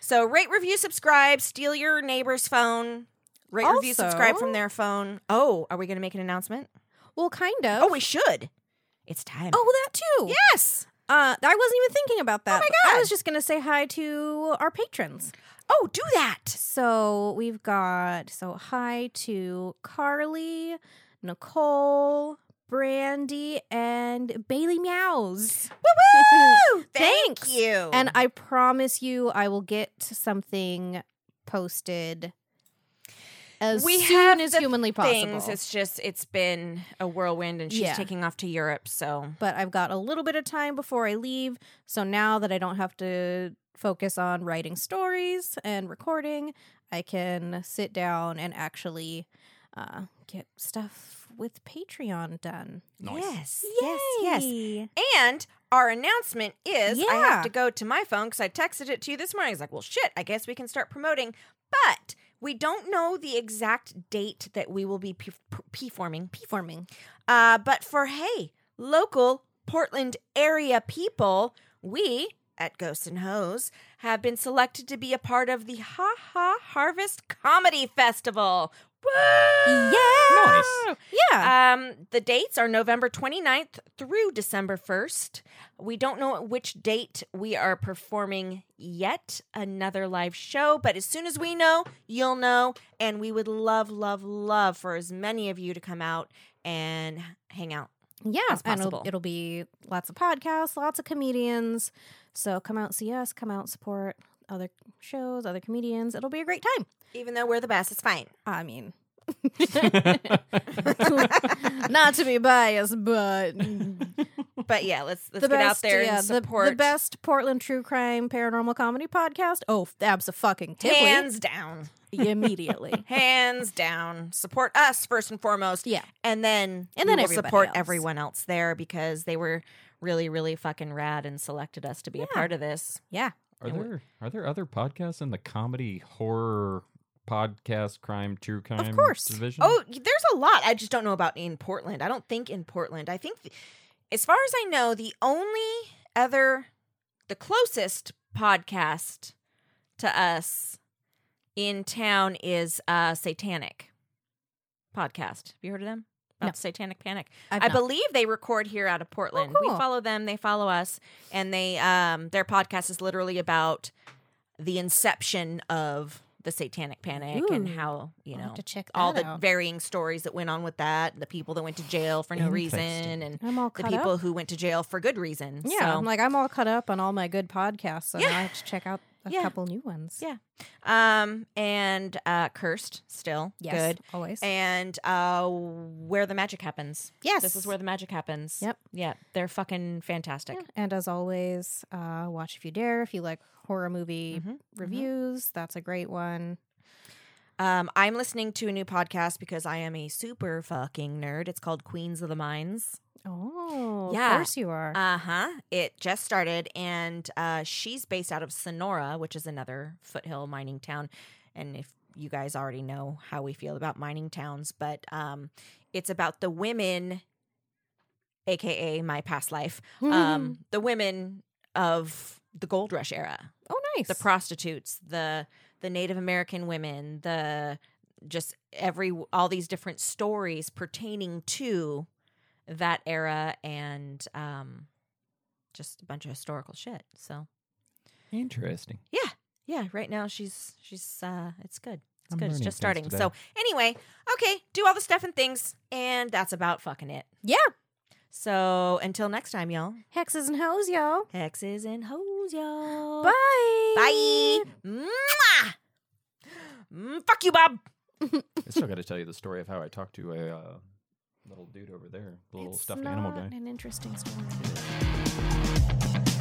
Speaker 1: so rate, review, subscribe, steal your neighbor's phone. Rate, review, subscribe from
Speaker 3: Also-
Speaker 1: their phone. Oh, are we going to make an announcement?
Speaker 3: Well, kind of.
Speaker 1: Oh, we should. It's time.
Speaker 3: Oh, that too.
Speaker 1: yes.
Speaker 3: Uh, I wasn't even thinking about that.
Speaker 1: my
Speaker 3: but
Speaker 1: God.
Speaker 3: I was just gonna say hi to our patrons.
Speaker 1: Oh, do that.
Speaker 3: So we've got so hi to Carly, Nicole, Brandy, and Bailey Meows.
Speaker 1: Woo! Mm, Thank
Speaker 3: Thanks.
Speaker 1: you.
Speaker 3: And I promise you, I will get something posted as
Speaker 1: We have
Speaker 3: soon as
Speaker 1: the
Speaker 3: humanly possible.
Speaker 1: things. It's just it's been a whirlwind, and she's
Speaker 3: Yeah.
Speaker 1: taking off to Europe. So
Speaker 3: but I've got a little bit of time before I leave. So now that I don't have to focus on writing stories and recording, I can sit down and actually uh, get stuff with Patreon done.
Speaker 1: yes, yes, yes. And our announcement is I
Speaker 3: Yeah.
Speaker 1: have to go to my phone because I texted it to you this morning. It's like, well, shit, I guess we can start promoting. But we don't know the exact date that we will be p- p- forming.
Speaker 3: Performing.
Speaker 1: Uh, but for, hey, local Portland area people, we at Ghosts and Hoes have been selected to be a part of the Ha Ha Harvest Comedy Festival. Woo!
Speaker 3: Yeah.
Speaker 2: Nice.
Speaker 3: Yeah.
Speaker 1: Um, the dates are November 29th through December 1st. We don't know at which date we are performing yet another live show, but as soon as we know, you'll know. And we would love, love, love for as many of you to come out and hang out.
Speaker 3: yeah.
Speaker 1: that's
Speaker 3: and it'll-
Speaker 1: possible.
Speaker 3: it'll be lots of podcasts, lots of comedians. So come out, see us, come out, support other shows, other comedians. It'll be a great time.
Speaker 1: Even though we're the best, it's fine.
Speaker 3: I mean, not to be biased, but
Speaker 1: But yeah, let's let's
Speaker 3: the
Speaker 1: get
Speaker 3: best,
Speaker 1: out there
Speaker 3: yeah,
Speaker 1: and
Speaker 3: the-
Speaker 1: support
Speaker 3: The, best Portland true crime paranormal comedy podcast. Oh, abs a fucking tipply
Speaker 1: hands down.
Speaker 3: immediately.
Speaker 1: Hands down. Support us first and foremost.
Speaker 3: Yeah,
Speaker 1: and then we
Speaker 3: And then
Speaker 1: will
Speaker 3: everybody
Speaker 1: support
Speaker 3: else.
Speaker 1: everyone else there because they were really really fucking rad and selected us to be a part of this.
Speaker 3: yeah.
Speaker 2: Are there are there other podcasts in the comedy horror podcast crime true crime
Speaker 3: course.
Speaker 2: division?
Speaker 1: Oh, there's a lot. I just don't know about in Portland. I don't think in Portland. I think th- as far as I know, the only other the closest podcast to us in town is uh Satanic podcast. Have you heard of them? About
Speaker 3: No.
Speaker 1: the Satanic Panic.
Speaker 3: I've
Speaker 1: I
Speaker 3: not-
Speaker 1: believe they record here out of Portland. We
Speaker 3: cool.
Speaker 1: follow them, they follow us, and they um their podcast is literally about the inception of the satanic panic and
Speaker 3: Ooh.
Speaker 1: how, you
Speaker 3: I'll have
Speaker 1: know,
Speaker 3: to check
Speaker 1: all
Speaker 3: that
Speaker 1: the
Speaker 3: out.
Speaker 1: varying stories that went on with that, the people that went to jail for no reason
Speaker 2: Interesting.
Speaker 1: and
Speaker 3: I'm all
Speaker 1: the
Speaker 3: caught
Speaker 1: people
Speaker 3: Up.
Speaker 1: who went to jail for good reason.
Speaker 3: Yeah,
Speaker 1: So,
Speaker 3: I'm like I'm all cut up on all my good podcasts, so
Speaker 1: Yeah.
Speaker 3: now I have to check out a
Speaker 1: Yeah.
Speaker 3: couple new ones.
Speaker 1: Yeah. um and uh cursed still
Speaker 3: Yes,
Speaker 1: good.
Speaker 3: always.
Speaker 1: And uh where the magic happens.
Speaker 3: yes,
Speaker 1: This is where the magic happens.
Speaker 3: Yep.
Speaker 1: Yeah. They're fucking fantastic.
Speaker 3: And as always, uh, watch if you dare. If you like horror movie
Speaker 1: Mhm,
Speaker 3: reviews, that's a great one.
Speaker 1: Um, I'm listening to a new podcast because I am a super fucking nerd. It's called Queens of the Minds.
Speaker 3: Oh,
Speaker 1: Yeah.
Speaker 3: of course you are.
Speaker 1: Uh huh. It just started, and uh, she's based out of Sonora, which is another foothill mining town. And if you guys already know how we feel about mining towns, but um, it's about the women, aka my past life,
Speaker 3: Mm-hmm.
Speaker 1: um, the women of the gold rush era.
Speaker 3: oh, nice.
Speaker 1: the prostitutes the the native american women the just every all these different stories pertaining to that era and um just a bunch of historical shit so
Speaker 2: Interesting.
Speaker 1: yeah right now she's she's uh it's good it's
Speaker 2: I'm
Speaker 1: good it's
Speaker 2: learning
Speaker 1: just
Speaker 2: things
Speaker 1: starting
Speaker 2: today.
Speaker 1: so anyway okay do all the stuff and things and that's about fucking it
Speaker 3: yeah,
Speaker 1: so until next time y'all
Speaker 3: hexes and hoes, yo.
Speaker 1: hexes and hoes y'all
Speaker 3: Bye.
Speaker 1: Bye. Mwah. Mm, Fuck you, Bob.
Speaker 2: I still got to tell you the story of how I talked to a uh, little dude over there, the little
Speaker 3: It's
Speaker 2: stuffed animal
Speaker 3: not
Speaker 2: guy.
Speaker 3: An interesting story.
Speaker 2: Yeah.